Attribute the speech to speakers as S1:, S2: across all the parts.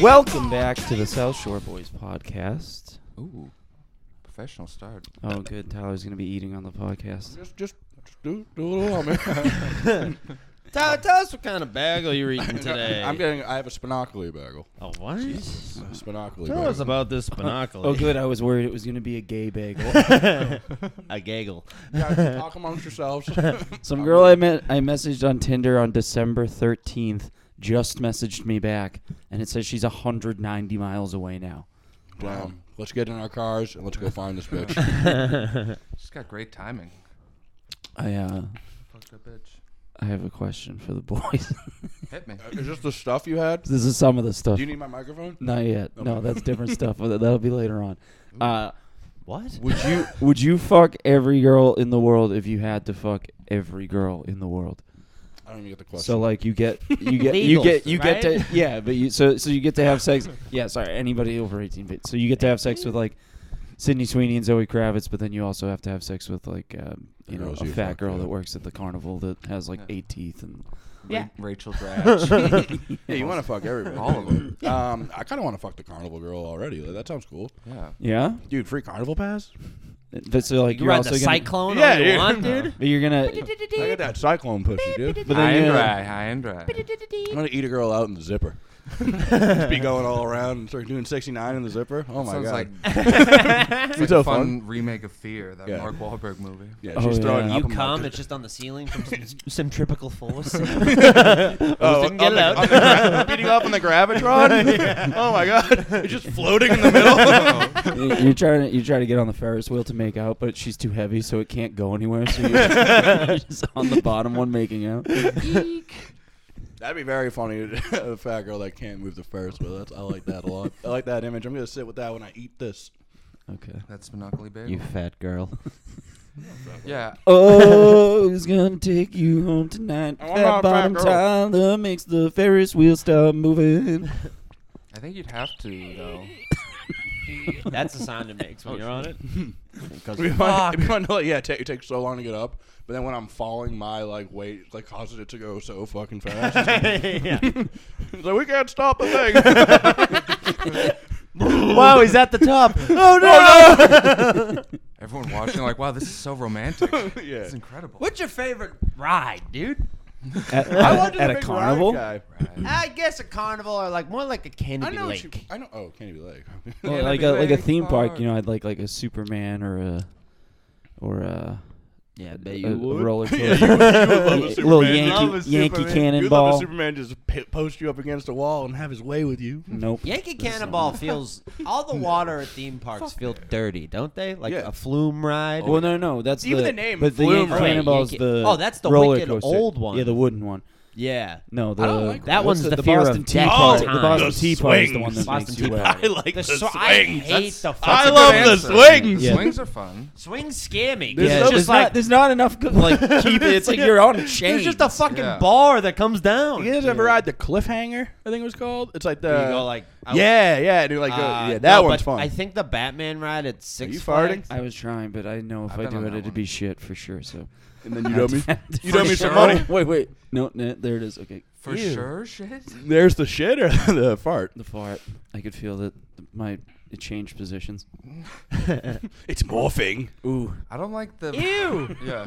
S1: Welcome back to the South Shore Boys podcast.
S2: Ooh, professional start.
S1: Oh, good. Tyler's gonna be eating on the podcast.
S2: Just, just, just do, do it all, man.
S3: Tyler, tell us what kind of bagel you're eating today.
S2: I'm getting. I have a spinacoli bagel.
S3: oh, what?
S2: A spinacoli
S3: Tell
S2: bagel.
S3: us about this binocular.
S1: Oh, good. I was worried it was gonna be a gay bagel.
S3: a gaggle.
S2: Guys, talk amongst yourselves.
S1: Some girl I met, I messaged on Tinder on December thirteenth, just messaged me back, and it says she's hundred ninety miles away now.
S2: Damn. Um, Let's get in our cars and let's go find this bitch.
S4: She's got great timing.
S1: I uh,
S4: Fuck that bitch.
S1: I have a question for the boys.
S4: Hit me.
S2: Is this the stuff you had?
S1: this is some of the stuff.
S2: Do you need my microphone?
S1: Not yet. No, that's different stuff. That- That'll be later on. Uh,
S3: What?
S1: would you would you fuck every girl in the world if you had to fuck every girl in the world?
S2: I don't even get the question.
S1: So like you get you get you
S3: Legal,
S1: get you get to
S3: right?
S1: yeah, but you so so you get to have sex. Yeah, sorry, anybody over eighteen. But so you get to have sex with like Sydney Sweeney and Zoe Kravitz, but then you also have to have sex with like um, you
S2: The
S1: know
S2: girls
S1: a
S2: you
S1: fat
S2: fuck,
S1: girl
S2: yeah.
S1: that works at the carnival that has like
S4: Yeah.
S1: eight teeth and
S3: Yeah.
S4: Rachel Dratch.
S2: yeah, you want to fuck everybody.
S4: All of 'em.
S2: Um, I kind of want to fuck the carnival girl already. Like, that sounds cool.
S4: yeah.
S1: yeah.
S2: Dude, free carnival pass?
S1: But so like
S3: You
S1: you're
S3: ride
S1: also
S3: the
S1: gonna,
S3: cyclone
S2: Yeah,
S3: all you
S2: yeah.
S3: want, dude?
S1: But you're gonna
S2: I got that cyclone pushy, dude.
S1: but
S4: High
S1: then
S4: and
S1: you're gonna-
S4: dry. High and dry.
S2: I'm gonna eat a girl out in the zipper. Just be going all around and start doing 69 in the zipper. Oh my
S4: Sounds
S2: god.
S4: like, it's like
S2: so
S4: a fun,
S2: fun.
S4: remake of Fear, that
S2: Yeah.
S4: Mark Wahlberg movie.
S2: yeah,
S1: Oh,
S2: she's
S1: yeah.
S2: throwing up.
S3: You
S2: I'm like,
S3: come, it's just on the ceiling from some centripetal force.
S2: Oh,
S3: didn't get
S2: on the-
S3: out.
S2: on the gra- beating up on the gravitron. Oh my god, it's just floating in the middle.
S1: you- you're trying to you try to get on the Ferris wheel to make out, but she's too heavy, so it can't go anywhere. So you're you're just on the bottom one making out.
S2: That'd be very funny. a fat girl that can't move the Ferris wheel. That's I like that a lot. I like that image. I'm gonna sit with that when I eat this.
S1: Okay.
S4: That's Monopoly Bagel.
S3: fat girl.
S4: yeah.
S1: Oh, who's gonna take you home tonight?
S2: I want
S1: That
S2: my fat
S1: bottom
S2: girl.
S1: Tyler makes the Ferris wheel stop moving.
S4: I think you'd have to, though.
S3: That's the sound it makes
S2: Oh,
S3: when you're on it.
S2: It'd be fun- it'd be fun to, like, yeah, it ta- it takes so long to get up, but then when I'm falling, my like weight like causes it to go so fucking fast.
S3: yeah.
S2: It's like we can't stop the thing.
S3: Wow, he's at the top. Oh no!
S4: Everyone watching, like, wow, this is so romantic.
S2: yeah.
S4: It's incredible.
S3: What's your favorite ride, dude?
S1: At,
S2: I wanted to
S1: at
S2: be
S1: a
S2: big ride
S1: carnival?
S2: guy.
S4: Right.
S3: I guess a carnival or like more like a
S2: I
S3: Kennedy
S2: know.
S3: Lake.
S2: what you- I know. Oh, Candy Lake.
S1: Well,
S4: Yeah,
S1: like a
S4: that'd be
S1: like a
S4: way
S1: theme park,
S4: far.
S1: you know, I'd like like a Superman or a or a
S3: yeah, I
S1: a,
S3: bet
S1: a roller coaster.
S2: Yeah, you would-
S1: a
S2: you would love a
S1: little
S2: Superman.
S3: Love a
S1: Yankee Yankee
S2: You'd
S3: Superman.
S2: love a
S1: cannonball.
S2: Superman just p- post you up against a wall and have his way with you.
S1: Nope.
S3: Yankee
S1: That's not
S3: Cannonball
S1: it.
S3: feels all the water at theme parks feel dirty, don't they? Like
S2: Yeah.
S3: a flume ride.
S1: Well, no, no, that's
S2: Even
S1: the,
S2: the name,
S1: But the
S2: Flume
S1: Yankee
S2: Ride.
S1: Cannonball's
S3: Yankee-
S1: the
S3: Oh, that's the
S1: roller
S3: wicked
S1: coaster.
S3: old one.
S1: Yeah, the wooden one.
S3: yeah.
S1: No, the
S2: I don't like
S3: That
S1: what's
S3: one's
S1: the,
S3: the
S1: the
S3: fear of
S1: Boston Tea
S3: death
S1: Party. The
S3: times.
S1: Boston
S2: The
S1: Tea Party is the one that
S2: swings.
S3: Boston
S1: makes you
S3: Tea
S1: wet.
S3: Party.
S2: like
S3: The so- I hate the
S2: I
S3: fucking
S2: love the
S4: That's a good answer.
S2: swings.
S4: The
S1: Yeah.
S4: swings are fun.
S3: Swings scare me. 'cause
S1: Yeah,
S3: It's
S1: there's,
S3: just
S1: not,
S3: like
S1: there's not enough good, like keep it. It's like you're on a chain.
S3: there's just a fucking
S4: Yeah.
S3: bar that comes down.
S2: You guys ever ride the cliffhanger? I think it was called. It's like the
S3: Where you go like out-
S2: yeah, yeah. And you're like,
S3: uh,
S2: go, yeah, that
S3: no,
S2: one's
S3: but
S2: fun.
S3: I think the Batman ride at Six
S2: you farting?
S3: Flags-
S1: I was trying, but I know if
S4: I've
S1: I
S4: been
S1: do
S4: on
S1: it,
S4: that
S1: it'd
S4: one.
S1: be shit for sure. So
S2: and then you owe me, you owe me some
S4: For sure.
S2: money.
S1: Oh, Wait, wait. No, no, there it is. Okay,
S4: For
S2: Ew.
S4: sure, shit.
S2: There's the shit or the fart.
S1: the fart. I could feel that my it changed positions.
S2: It's morphing.
S1: Ooh,
S4: I don't like the.
S3: Ew.
S4: Yeah.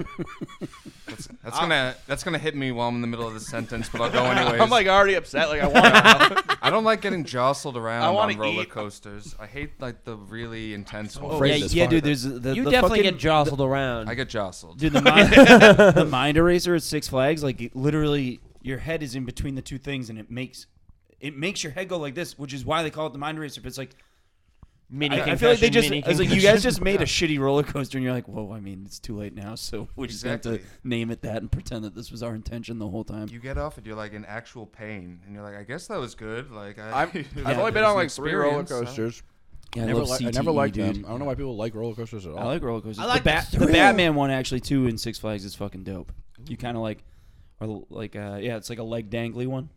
S4: That's, that's gonna that's gonna hit me while I'm in the middle of the sentence, but I'll go anyways.
S2: I'm like already upset. Like I want.
S4: I don't like getting jostled around
S2: I wanna
S4: on roller
S2: eat. Oh,
S4: coasters. I hate like the really intense
S2: afraid
S1: yeah,
S2: Phrase
S4: ones.
S2: this
S1: yeah,
S2: fart.
S1: dude. There's the,
S3: you
S1: the
S3: definitely
S1: fucking,
S3: get jostled around.
S4: I get jostled.
S1: Dude, the mind, the mind eraser at Six Flags, like it literally, your head is in between the two things, and it makes it makes your head go like this, which is why they call it the mind eraser. But it's like
S3: mini
S1: I, I feel like they
S3: concussion,
S1: just,
S3: mini
S1: I was like, you guys
S3: concussion.
S1: just made a shitty roller coaster, and you're like, whoa, I mean, it's too late now, so we're just gonna have
S4: Exactly.
S1: to name it that and pretend that this was our intention the whole time.
S4: You get off and you're like in actual pain, and you're like, I guess that was good. Like I,
S2: I've, I've
S4: it
S2: only been
S4: was
S2: on
S4: an
S2: like three roller
S4: experience, so-
S2: coasters.
S1: yeah,
S2: I
S1: I,
S2: never,
S1: love
S2: li- I
S1: CTE,
S2: never liked
S1: dude.
S2: them. I don't know why people like roller coasters at all.
S1: I like roller coasters.
S3: I like
S1: the,
S3: the
S1: Bat- the
S3: thrill.
S1: Batman one actually too in Six Flags is fucking dope. You kind of like, or like, uh, yeah, it's like a leg dangly one.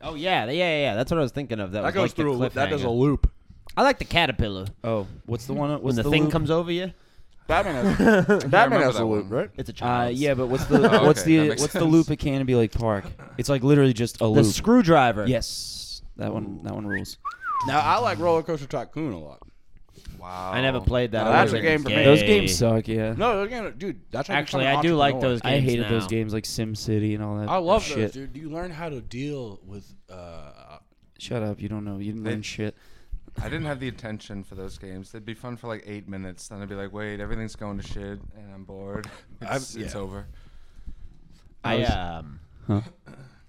S3: Oh yeah, yeah, yeah, yeah. That's what I was thinking of. That,
S2: that
S3: was
S2: goes
S3: like the
S2: through. A, that does a
S3: cliffhanger.
S2: loop.
S3: I like the caterpillar.
S1: Oh, what's the one?
S3: When
S1: What's
S3: the,
S1: the
S3: thing
S1: loop?
S3: comes over you,
S2: Batman has, Batman
S4: remember
S2: has
S4: that
S2: a loop,
S4: one.
S2: right?
S3: it's a child.
S1: Uh, yeah, but what's the
S4: Oh,
S1: what's
S4: okay,
S1: the
S4: that
S1: what's
S4: makes
S1: the
S4: sense.
S1: loop at Canopy Lake Park? It's like literally just a
S3: the
S1: loop.
S3: screwdriver.
S1: yes, that one that one rules.
S2: Now I like Roller Coaster Tycoon a lot.
S4: Wow.
S3: I never played that.
S2: Now,
S3: I
S2: that's
S3: was
S2: a game for me.
S1: Those
S3: gay.
S1: games suck. Yeah.
S2: No, again, dude, that's how you
S3: Actually,
S2: become an
S3: I do like
S2: entrepreneur.
S3: those games.
S1: I hated those
S3: now.
S1: games like Sim City and all that.
S2: I love
S1: shit.
S2: those, dude. You learn how to deal with. Uh,
S1: Shut up! You don't know. You didn't
S4: They-
S1: learn shit.
S4: I didn't have the attention for those games. They'd be fun for like eight minutes. Then I'd be like, wait, everything's going to shit, and I'm bored.
S2: I've-
S4: It's, it's
S2: yeah.
S4: over.
S3: I um.
S1: Huh?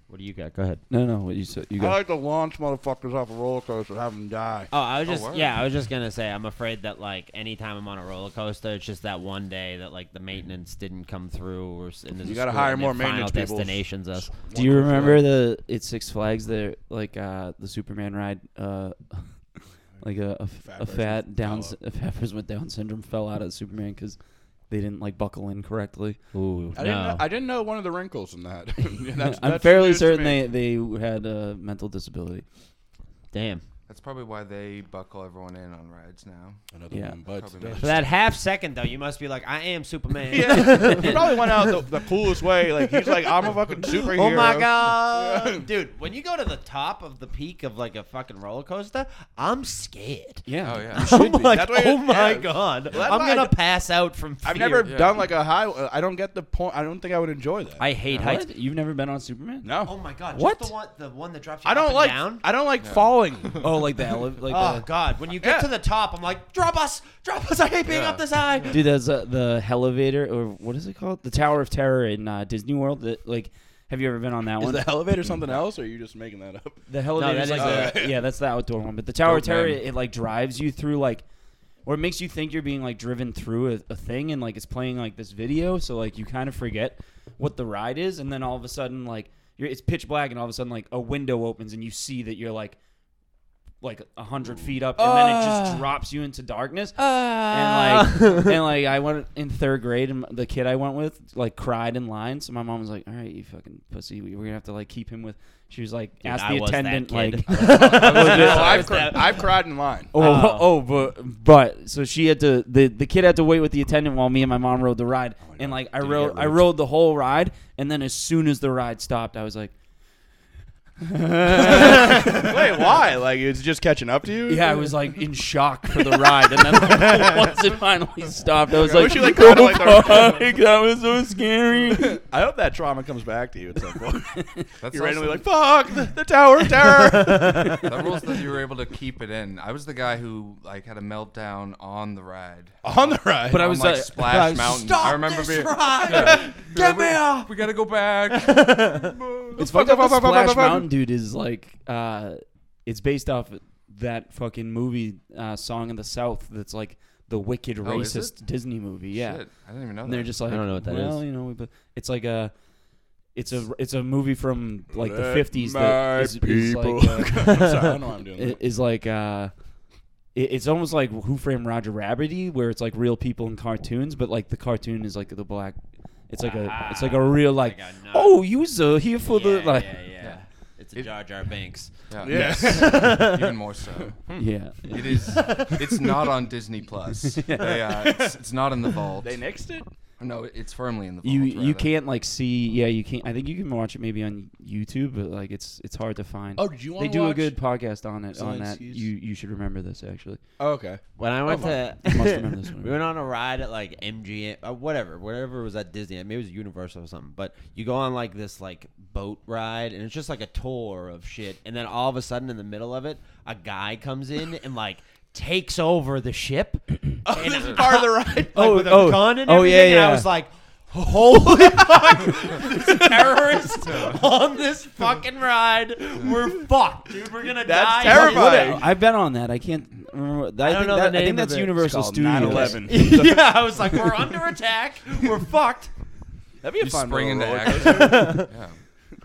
S3: What do you got? Go ahead.
S1: No, no. What you said? You
S2: I
S1: got?
S2: like to launch motherfuckers off a roller coaster and have them die.
S3: Oh, I was just
S4: word.
S3: yeah, I was just gonna say I'm afraid that like anytime I'm on a roller coaster, it's just that one day that like the maintenance didn't come through, or s- and
S2: You gotta hire more maintenance
S3: Final
S2: people.
S3: destinations us.
S1: Do you remember the it's Six Flags? The like uh, the Superman ride. Uh, like a a, f-
S2: Fat
S1: a
S2: person
S1: fat down
S2: fell
S1: a fat person with Down syndrome fell out of Superman because they didn't like buckle in correctly.
S3: Ooh,
S2: I,
S3: no.
S2: didn't know, I didn't know one of the wrinkles in that. That's-
S1: I'm
S2: that's
S1: fairly
S2: news to
S1: certain
S2: me.
S1: they they had a mental disability.
S3: Damn.
S4: That's probably why they buckle everyone in on rides now.
S2: Another
S1: Yeah.
S2: one uh, bites
S4: Probably
S2: the
S3: For that half second though, you must be like, I am Superman.
S2: dust. he probably went out the, the coolest way. Like he's like, I'm a fucking superhero.
S3: Oh my god, dude! When you go to the top of the peak of like a fucking roller coaster, I'm scared.
S1: Yeah.
S4: Oh yeah.
S3: I'm like,
S2: That's why
S3: oh
S2: it-
S3: my
S2: yeah.
S3: god,
S2: Well, that's
S3: I'm
S2: why I
S3: gonna
S2: d-
S3: pass out from. Fear.
S2: I've never
S4: Yeah.
S2: done like a high. uh, I don't get the point. I don't think I would enjoy that.
S3: I hate heights.
S1: What? You've never been on Superman?
S2: no.
S3: Oh my god!
S1: What?
S3: Just the one, the one that drops you
S2: I
S3: up
S2: don't
S3: and
S2: like.
S3: down.
S2: I don't like falling.
S1: Oh, like the ele- like
S3: Oh
S1: the,
S3: god! When you get
S2: Yeah.
S3: to the top, I'm like, drop us, drop us! I hate being
S4: Yeah.
S3: up this high.
S1: Dude, there's uh, the elevator, or what is it called? The Tower of Terror in uh, Disney World. That like, have you ever been on that
S2: Is
S1: one?
S2: the elevator something else, or are you just making that up?
S1: the elevator is
S3: that
S1: like,
S3: is
S1: the- yeah, that's the outdoor one. But the Tower of
S4: Dope,
S1: Terror,
S4: man.
S1: it, like drives you through like, or it makes you think you're being like driven through a, a thing, and like it's playing like this video, so like you kind of forget what the ride is, and then all of a sudden like you're, it's pitch black, and all of a sudden like a window opens, and you see that you're like. Like a hundred feet up, and then it just drops you into darkness, and like and like I went in third grade, and the kid I went with like cried in line. So my mom was like, "All right, you fucking pussy, we- we're gonna have to like keep him with." She was like, "Ask
S3: I
S1: the
S3: was that
S1: attendant."
S3: kid.
S1: Like,
S2: No,
S3: I
S2: I've,
S3: was
S2: cri-
S3: that-
S2: I've cried in line.
S1: oh,
S3: Oh.
S1: oh, but but so she had to the the kid had to wait with the attendant while me and my mom rode the ride,
S3: Oh,
S1: and like I rode I rode the whole ride, and then as soon as the ride stopped, I was like,
S2: Wait, why? Like it's just catching up to you?
S1: "Yeah," I was like in shock for the ride, and then like, once it finally stopped, I was
S2: I
S1: like,
S2: wish you, like, kinda like the-
S1: "Fuck, that was so scary."
S2: I hope that trauma comes back to you at some point.
S4: That's
S2: You're
S4: also-
S2: randomly like, "Fuck the, the Tower of Terror."
S4: that rules that you were able to keep it in. I was the guy who like had a meltdown on the ride.
S2: On the ride.
S1: But I
S4: On,
S1: was
S4: like
S1: uh,
S4: Splash
S1: guys,
S4: Mountain.
S3: Stop
S4: I remember
S3: this
S4: being
S3: ride!
S4: Get me off. We gotta go back.
S1: It's fucked up. that
S2: Fuck, fuck, fuck,
S1: Splash
S2: fuck, fuck.
S1: Mountain dude is like, uh, it's based off that fucking movie uh, song in the South that's like the wicked
S4: Oh, is
S1: racist Disney movie. Yeah,
S4: Shit, I didn't even know
S1: and
S4: that.
S1: they're just like,
S3: I don't know what that
S1: well,
S3: is."
S1: you know, we, but it's like a. It's a it's a movie from like the
S2: Let
S1: fifties
S2: my
S1: that is, is
S2: people-
S1: like uh,
S2: I'm sorry, I don't know why I'm doing
S1: i-
S2: that.
S1: is like uh, it, it's almost like Who Framed Roger Rabbity, where it's like real people in cartoons, but like the cartoon is like the black. It's like a it's like a real like
S3: I know.
S1: oh user here for the like
S3: yeah. It's a Jar Jar Banks.
S4: yeah.
S2: Yeah.
S4: even more so.
S1: Yeah.
S4: It is. It's not on Disney Plus. They, uh, it's, it's not in the vault.
S2: they nixed it.
S4: no, it's firmly in the vault.
S1: You you
S4: rather.
S1: can't like see yeah you can't I think you can watch it maybe on YouTube but like it's it's hard to find.
S2: Oh, did you
S1: they
S2: wanna
S1: do a
S2: watch-
S1: good podcast on it on
S2: Science
S1: that.
S2: Seas?
S1: You you should remember this actually.
S2: Oh, okay.
S3: When I went to,
S1: You must remember this one.
S3: we went on a ride at like MGM, uh, whatever, whatever was at Disney. Maybe it was Universal or something. But you go on like this like boat ride, and it's just like a tour of shit. And then all of a sudden, in the middle of it, a guy comes in and like takes over the ship. oh,
S2: this is part of the ride?
S3: Like,
S1: Oh,
S3: with a
S1: oh,
S3: gun and
S1: oh,
S3: everything.
S1: yeah,
S3: And I
S1: yeah.
S3: was like. Holy fuck! There's a terrorist on this fucking ride. We're fucked, dude. We're gonna
S2: That's
S3: die.
S2: terrifable.
S1: What-
S2: Right.
S1: I've been on that. I can't remember. I,
S3: don't
S1: think
S3: know
S1: that,
S3: the
S1: I
S3: name
S1: think that's
S3: of it. It's
S1: Universal
S2: called
S1: Studios.
S2: 9/11.
S3: yeah, I was like, we're under attack. We're fucked.
S2: That'd be a
S4: You
S2: fun
S4: spring
S2: little
S4: into
S2: roller
S4: action.
S2: coaster.
S4: yeah.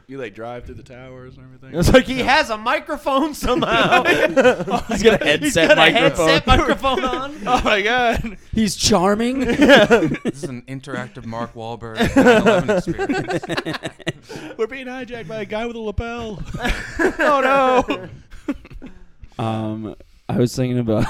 S2: You like drive through the towers and everything.
S3: It's like he has a microphone somehow.
S1: He's got a headset
S3: got a
S1: microphone.
S3: headset microphone on.
S2: oh my god.
S1: He's charming.
S4: This is an interactive Mark Wahlberg 9/11 experience.
S2: We're being hijacked by a guy with a lapel. oh no.
S1: Um, I was thinking about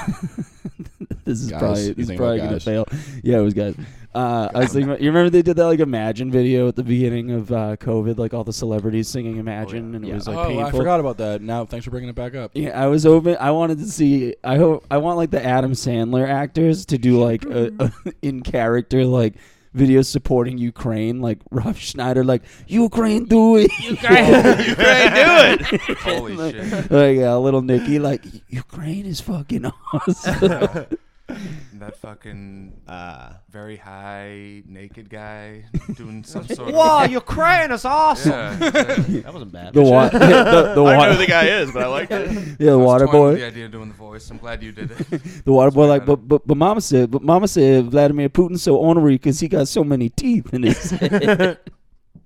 S1: this is
S2: Guys,
S1: probably
S2: you
S1: this is
S2: think
S1: probably
S2: about
S1: gonna
S2: guys?
S1: fail. Yeah, it was guys. Uh, I was thinking, about- you remember they did that like Imagine video at the beginning of uh, COVID, like all the celebrities singing Imagine, and it was like
S2: oh,
S1: painful.
S2: I forgot about that. Now, thanks for bringing it back up.
S1: Yeah, I was open. I wanted to see. I hope I want like the Adam Sandler actors to do like a, a in character like videos supporting Ukraine, like Rob Schneider, like Ukraine do it,
S3: you can't do it.
S4: Holy shit.
S1: like uh, little Nicky, like Ukraine is fucking awesome.
S4: That fucking
S3: Uh,
S4: very high naked guy doing some sort of.
S3: Whoa, you're crying. It's awesome.
S4: Yeah, exactly.
S3: That wasn't bad.
S1: the water, the, the
S2: I don't know
S1: water,
S2: who the guy is, but I like it.
S1: yeah, the
S4: I was
S1: water
S4: toying with
S1: boy.
S4: The idea of doing the voice. I'm glad you did it.
S1: The water boy, like,
S4: I
S1: but, but but mama said, but mama said Vladimir Putin's so ornery because he got so many teeth in his head.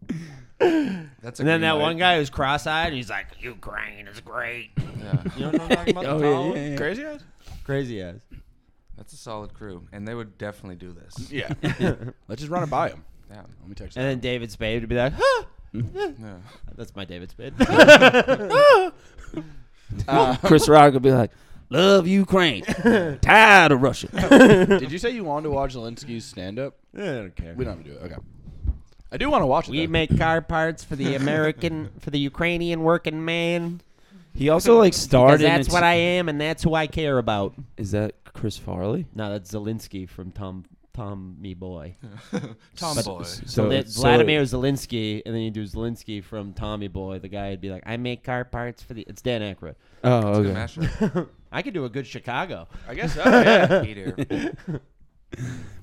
S4: That's a
S3: And then
S4: green
S3: that
S4: light.
S3: one guy who's cross-eyed, and he's like, "Ukraine is great."
S4: Yeah.
S3: You know what I'm talking about? The
S1: Oh, yeah,
S3: tall one?
S1: yeah, yeah.
S2: Crazy eyes?
S3: Crazy ass.
S4: That's a solid crew, and they would definitely do this.
S2: Yeah. Let's just run it by him.
S4: Yeah.
S2: Let me text
S3: And
S2: him.
S3: then David Spade would be like, huh?
S4: Yeah.
S3: "That's my David Spade."
S1: Chris Rock would be like, "Love Ukraine, tired of Russia."
S2: Did you say you wanted to watch Zelensky's stand up?
S3: I don't care.
S2: We don't have to do it. Okay. I do want to watch it.
S3: We
S2: though.
S3: make car parts for the American, for the Ukrainian working man.
S1: He also like starred.
S3: Because
S1: in
S3: that's
S1: a
S3: what
S1: t-
S3: I am, and that's who I care about.
S1: Is that Chris Farley?
S3: No, that's Zelensky from Tom, Tom Me Boy.
S4: Tom boy.
S1: So,
S3: That Vladimir Zelensky, and then you do Zelensky from Tommy Boy. The guy would be like, "I make car parts for the." It's Dan Aykroyd.
S1: Oh,
S4: Good
S1: okay.
S4: mashup.
S3: I could do a good Chicago.
S2: I guess so. Yeah.
S4: Peter.
S1: Just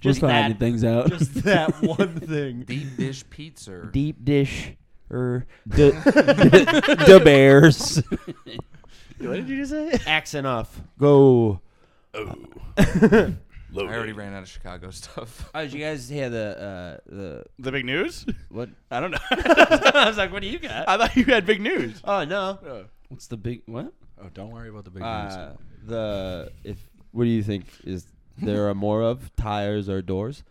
S3: Just
S1: finding
S3: that,
S1: things out.
S3: just that one thing.
S4: Deep dish pizza.
S3: Deep dish, or
S1: Er, The the Bears.
S3: what did you just say? Accent off. Go.
S4: I already ran out of Chicago stuff.
S3: Oh, did you guys hear the uh, the
S2: The big news?
S3: what?
S2: I don't know.
S3: I was like, what do you got?
S2: I thought you had big news.
S3: Oh no.
S2: Oh,
S1: What's the big what?
S2: don't worry about the big
S3: Uh, the if what do you think is there are more of tires or doors?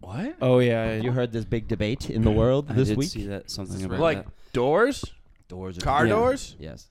S2: What?
S1: Oh yeah,
S3: You heard this big debate in the world
S1: I
S3: this
S1: did
S3: week.
S1: see that something
S4: This
S1: about
S4: real?
S2: like
S1: that.
S2: doors?
S3: Doors, or
S2: Car
S1: Yeah.
S2: doors?
S3: Yes,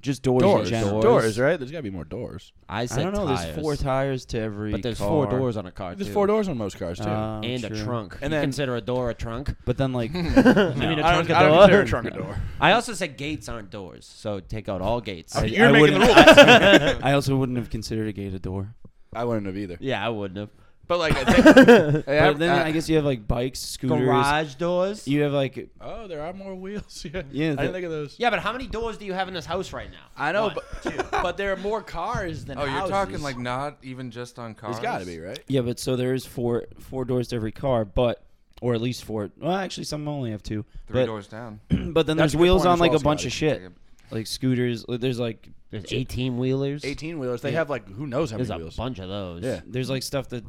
S1: just doors. in
S2: Doors.
S1: general.
S2: Doors,
S3: Doors.
S2: right? There's got to be more doors.
S3: I said
S1: I don't know.
S3: Tires,
S1: There's four tires to every.
S3: but there's
S1: car.
S3: four doors on a car.
S2: There's
S3: too.
S2: four doors on most cars, too.
S1: Oh,
S3: and
S1: true.
S3: a trunk.
S2: And
S3: you
S2: then-
S3: consider a door a trunk.
S1: But then like
S3: I mean, a
S2: I
S3: trunk
S2: don't,
S3: a
S2: I don't
S3: door.
S2: consider a trunk a door.
S3: I also said gates aren't doors, so take out all gates.
S2: I- You're
S1: I
S2: making the
S1: wouldn't-
S2: rules.
S1: I also wouldn't have considered a gate a door.
S2: I wouldn't have either.
S3: yeah, I wouldn't have.
S2: But like, I think, I-
S1: But then I, guess you have like bikes, scooters.
S3: Garage doors.
S1: You have like
S2: Oh, there are more wheels.
S1: Yeah,
S2: Yeah, I
S1: the-
S2: didn't think of those.
S3: yeah, but how many doors do you have in this house right now?
S2: I know,
S3: One, two.
S2: but, but there are more cars than
S4: Oh, you're
S2: houses.
S4: talking like not even just on cars.
S2: There's got to be right.
S1: yeah, but so there is four four doors to every car, but or at least four. Well, actually, some only have two.
S4: Three
S1: but
S4: doors down.
S1: but then
S2: That's
S1: there's
S2: a good
S1: wheels
S2: point
S1: on
S2: as
S1: like
S2: well,
S1: a bunch
S2: Scotty.
S1: of shit, like scooters. like, There's like
S3: There's 18 wheelers.
S2: Eighteen wheelers. They have like who knows how
S3: There's
S2: many
S3: a
S2: wheels.
S3: bunch of those.
S2: Yeah.
S1: there's like stuff that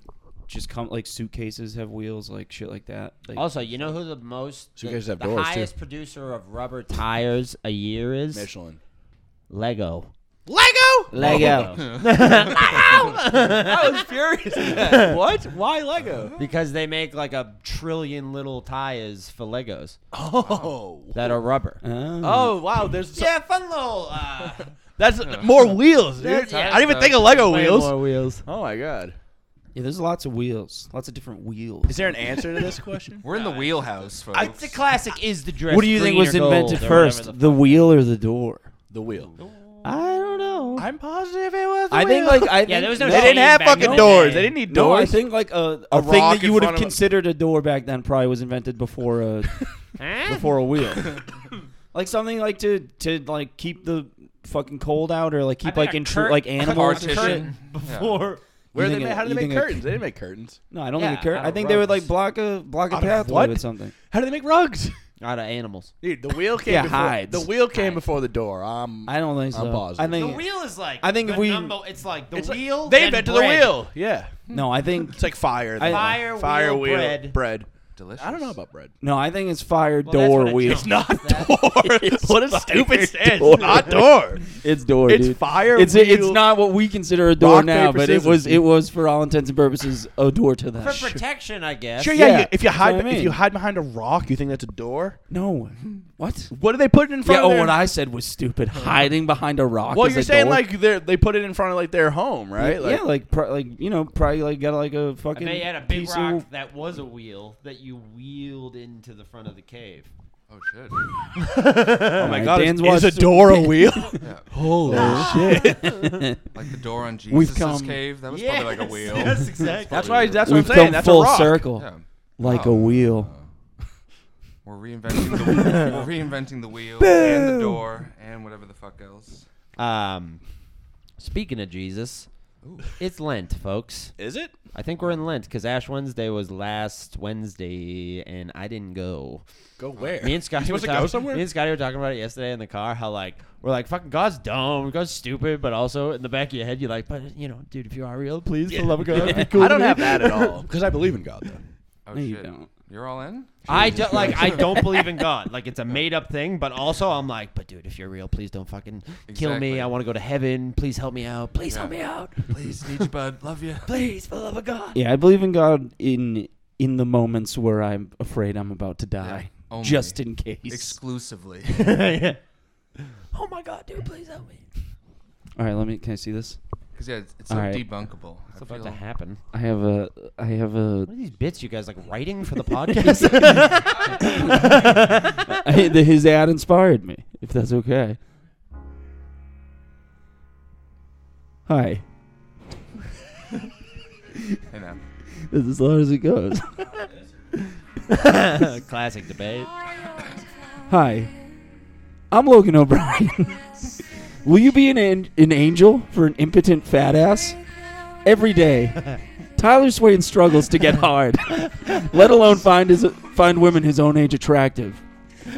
S1: just come like suitcases have wheels, like shit like that. Like,
S3: Also, you know who the most
S2: So
S3: the,
S2: you guys have
S3: the
S2: doors, too.
S3: highest producer of rubber tires a year is
S2: Michelin.
S3: Lego.
S2: Lego.
S3: Oh.
S1: Lego.
S2: I was furious. at that. what? Why Lego?
S3: Because they make like a trillion little tires for Legos
S2: Oh.
S3: that are rubber.
S1: oh.
S2: Oh wow. There's so-
S3: yeah, fun little uh,
S2: that's more wheels. dude.
S3: That's-
S2: I didn't even think of Lego wheels.
S3: wheels.
S2: Oh my god.
S1: yeah, there's lots of wheels, lots of different wheels.
S2: Is there an answer to this question?
S4: We're in the wheelhouse, folks.
S3: It's the classic is the dress.
S1: What do you think
S3: green
S1: was
S3: or gold
S1: invented
S3: or
S1: first,
S3: whatever
S1: the,
S3: the
S1: wheel or the door?
S2: The wheel.
S1: I don't know.
S2: I'm positive it was. The
S1: I think like I
S3: Yeah, there
S1: think
S3: was no
S1: they
S2: they
S3: chain
S2: didn't have
S3: back in
S2: fucking
S3: the
S2: doors.
S3: day.
S2: They didn't need
S1: No, I
S2: doors.
S1: think like a, a,
S2: A
S1: thing
S2: rock
S1: that you
S2: in
S1: would have
S2: front of a-
S1: considered a door back then probably was invented before a
S3: fuck? Huh?
S1: before a wheel, like something like to to like keep the fucking cold out or like
S3: I
S1: keep
S3: think
S1: like
S3: a
S1: intru-
S3: cur-
S1: like
S4: A
S1: animals and shit.
S4: partition. Yeah.
S3: Before
S2: Where
S1: You
S2: they
S1: think
S2: ma-
S1: it-
S2: how do
S1: you
S2: they make
S1: think it-
S2: curtains? They didn't make curtains.
S1: No, I don't
S3: Yeah,
S1: think a cur-
S3: out
S1: I
S3: of
S1: think they would like
S3: rugs.
S1: block a block a
S2: Out of
S1: pathway
S2: what?
S1: with something.
S2: How do they make rugs?
S3: out of animals.
S2: Dude, the wheel came.
S1: Yeah,
S2: before,
S1: hides.
S2: The wheel came before the door. Um,
S1: I don't think so.
S2: I'm positive.
S1: I think
S3: The wheel is like
S1: I think
S3: the
S1: if we-
S3: number- it's like the
S2: It's like-
S3: wheel.
S2: they
S3: then
S2: invented
S3: bread.
S2: the wheel. Yeah,
S1: no, I think
S2: it's like fire.
S1: I-
S2: then.
S3: Fire,
S2: fire,
S3: wheel,
S2: wheel,
S3: bread.
S2: bread.
S4: delicious.
S2: I don't know about bread.
S1: No, I think it's fire
S3: Well, that's
S1: door
S3: what I
S1: weed.
S3: jumped.
S1: It's,
S2: Not
S3: That-
S2: door.
S1: What a stupid
S2: sentence.
S1: door.
S2: Not door.
S1: door.
S2: It's
S1: dude.
S2: fire,
S1: It's it's
S2: wheel-
S1: not what we consider a door
S2: rock,
S1: now,
S2: paper,
S1: but
S2: scissors.
S1: it was it was for all intents and purposes a door to
S3: For
S1: that.
S3: protection, I guess.
S2: Sure, yeah.
S1: Yeah,
S2: you, if you
S1: that's what
S2: hide,
S1: I
S2: if
S1: mean.
S2: you hide behind a rock, you think that's a door.
S1: No, what?
S2: What do they put it in front
S1: Yeah.
S2: of?
S1: Oh,
S2: their-
S1: what I said was stupid. Hiding behind a rock.
S2: Well,
S1: is
S2: you're
S1: a
S2: saying
S1: door.
S2: like they they put it in front of like their home, right?
S1: yeah, like pr- like you know, probably like got like a
S3: I
S1: fucking
S3: bet you had a big
S1: piece
S3: rock
S1: of
S3: that was a wheel that you wheeled into the front of the cave.
S4: Oh shit.
S2: oh my
S1: Alright,
S2: god,
S1: Dan's
S2: is,
S1: watched-
S2: is a door a wheel?
S4: Yeah.
S2: Holy shit!
S4: Like the door on
S1: We've
S4: Jesus'
S1: come-
S4: cave. That was
S3: Yes,
S4: probably like a wheel.
S3: Yes, exactly.
S2: That's why. That's what
S1: We've
S2: I'm saying.
S1: come
S2: That's
S1: full
S2: a rock.
S1: circle,
S4: Yeah.
S1: like
S4: Oh.
S1: a wheel.
S4: We're reinventing the we're reinventing the wheel and the door and whatever the fuck else.
S3: Um, speaking of Jesus,
S4: Ooh.
S3: it's Lent, folks.
S2: Is it?
S3: I think we're in Lent because Ash Wednesday was last Wednesday, and I didn't go.
S2: Go where?
S3: Me and Scotty were
S2: supposed to go
S3: talking,
S2: somewhere?
S3: Me and Scotty were talking about it yesterday in the car. How like we're like fucking God's dumb, God's stupid, but also in the back of your head you're like, but you know, dude, if you are real, please for the love of God, be cool
S2: I
S3: to
S2: don't
S3: me."
S2: have that at all because I believe in God. Though
S4: Oh
S1: No, you
S4: shit.
S1: don't.
S4: are all in?
S3: I don't like. I don't believe in God. Like it's a made up thing, but also I'm like, but dude, if you're real, please don't fucking kill
S4: Exactly.
S3: me. I want to go to heaven. Please help me out. Please help
S4: Yeah.
S3: me out.
S4: Please, need you, bud. Love you.
S3: Please, for the love of God.
S1: Yeah, I believe in God in in the moments where I'm afraid I'm about to die,
S2: Oh
S4: only.
S1: just in case.
S4: Exclusively.
S3: Yeah. Oh my God, dude, please help me.
S1: All right, let me. Can I see this?
S4: Because yeah, it's, it's like
S1: All right.
S4: debunkable. I
S3: What's about to
S4: feel-
S3: happen?
S1: I have a. I have a.
S3: What are these bits you guys like writing for the podcast?
S1: I, the, his ad inspired me. If that's okay. Hi.
S4: Hey, man.
S1: That's as loud as it goes.
S3: Classic debate.
S1: Hi. I'm Logan O'Brien. Will you be an an, an angel for an impotent fat ass? Every day, Tyler Swain struggles to get hard, let alone find his find women his own age attractive.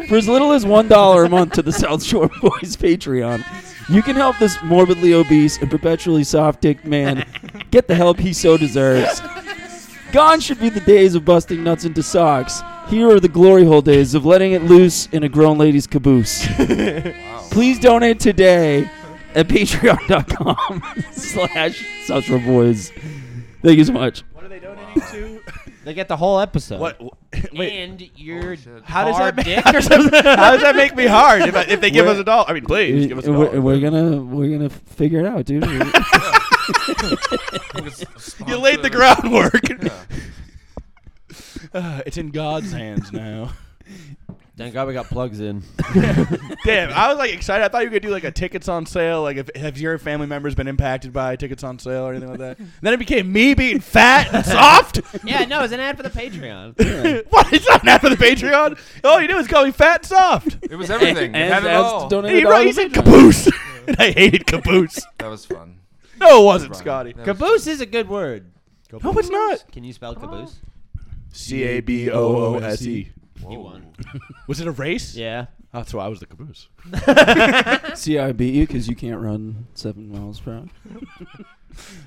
S1: For as little as one dollar a month to the South Shore Boys Patreon, you can help this morbidly obese and perpetually soft-dicked man get the help he so deserves. Gone should be the days of busting nuts into socks. Here are the glory hole days of letting it loose in a grown lady's caboose.
S4: Wow.
S1: Please donate today at patreon.com slash South Shore Boys. Thank you so much.
S2: what are they donating to?
S3: They get the whole episode.
S2: What? Wait.
S3: And your
S4: Holy shit.
S2: How does that
S3: hard
S2: make-
S3: dick or something?
S2: How does that make me hard? If, I, if they give
S1: We're-
S2: us a dollar, I mean, please give us a dollar.
S1: We're, we're gonna we're gonna figure it out, dude.
S2: you laid the groundwork. Uh, it's in God's hands now.
S3: Thank God we got plugs in.
S2: Damn, I was like excited. I thought you could do like a tickets on sale. Like, if have your family members been impacted by tickets on sale or anything like that? And then it became me being fat and soft.
S3: yeah, no, it's an ad for the Patreon.
S2: what? It's not half of the Patreon. All you do is call me fat and soft.
S4: It was everything. It had it all.
S1: donate
S2: He,
S1: a dollar
S2: wrote, he
S1: to
S2: said
S1: Patreon.
S2: caboose, and I hated caboose.
S4: That was fun.
S2: No, it wasn't,
S4: Ryan.
S2: Scotty.
S4: That was-
S3: Caboose is a good word.
S2: No, it's not.
S3: Can you spell caboose?
S2: C A B O O S E.
S3: You won.
S2: Was it a race?
S3: Yeah.
S2: Oh, so I was the caboose.
S1: See, I beat you because you can't run seven miles per hour.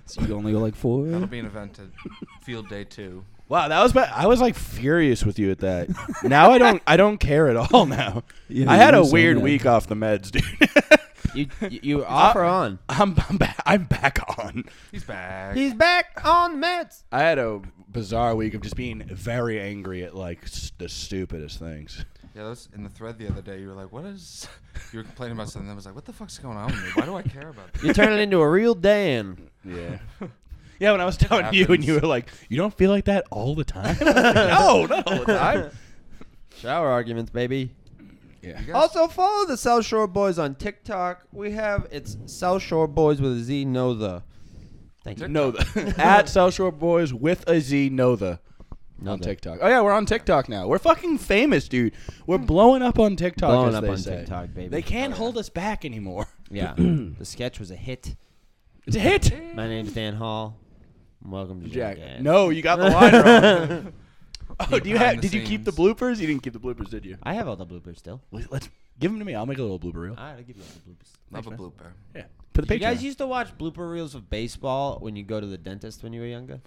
S1: so you only go like
S4: That'll
S1: four.
S4: be an event at field day two.
S2: Wow, that was bad. I was like furious with you at that. now I don't. I don't care at all. Now
S1: Yeah,
S2: I had
S1: you
S2: a
S1: were so
S2: weird
S1: mad.
S2: week off the meds, dude.
S3: You you, you off or on?
S2: I'm I'm back, I'm back on.
S4: He's back.
S3: He's back on the meds.
S2: I had a bizarre week of just being very angry at like s- the stupidest things.
S4: yeah, that was in the thread the other day. You were like, "What is?" You were complaining about something. I was like, "What the fuck's going on with me? Why do I care about this?"
S3: You're turning into a real Dan.
S2: Yeah. Yeah, when I was telling you and
S4: happens.
S2: you were like, you don't feel like that all the time? I was like, no, not all the time.
S3: Shower arguments, baby.
S2: Yeah.
S4: You guys-
S3: Also follow the South Shore Boys on TikTok. We have it's South Shore Boys with a Z, no the. Thank you.
S2: No, the, at South Shore Boys with a Z, know the
S3: No
S2: on
S3: the.
S2: TikTok. Oh yeah, we're on TikTok now. We're fucking famous, dude. We're blowing up on TikTok. Oh,
S3: Blowing
S2: as
S3: up
S2: they
S3: on
S2: say.
S3: TikTok, baby.
S2: They can't hold us back anymore.
S3: Yeah, the sketch was a hit.
S2: It's a hit.
S3: My name's Dan Hall. Welcome to
S2: Jack,
S3: Jackass.
S2: no, you got the line wrong. oh, do you
S4: Behind
S2: have?
S4: the
S2: Did you keep the
S4: scenes.
S2: bloopers? You didn't keep the bloopers, did you?
S3: I have all the bloopers still.
S2: Let's Give them to me. I'll make a little blooper reel.
S3: All right, I'll give you some bloopers.
S4: Love a
S2: man.
S4: blooper.
S2: Yeah. Put the
S3: You guys
S2: Patreon.
S3: used to watch blooper reels of baseball when you go to the dentist when you were younger.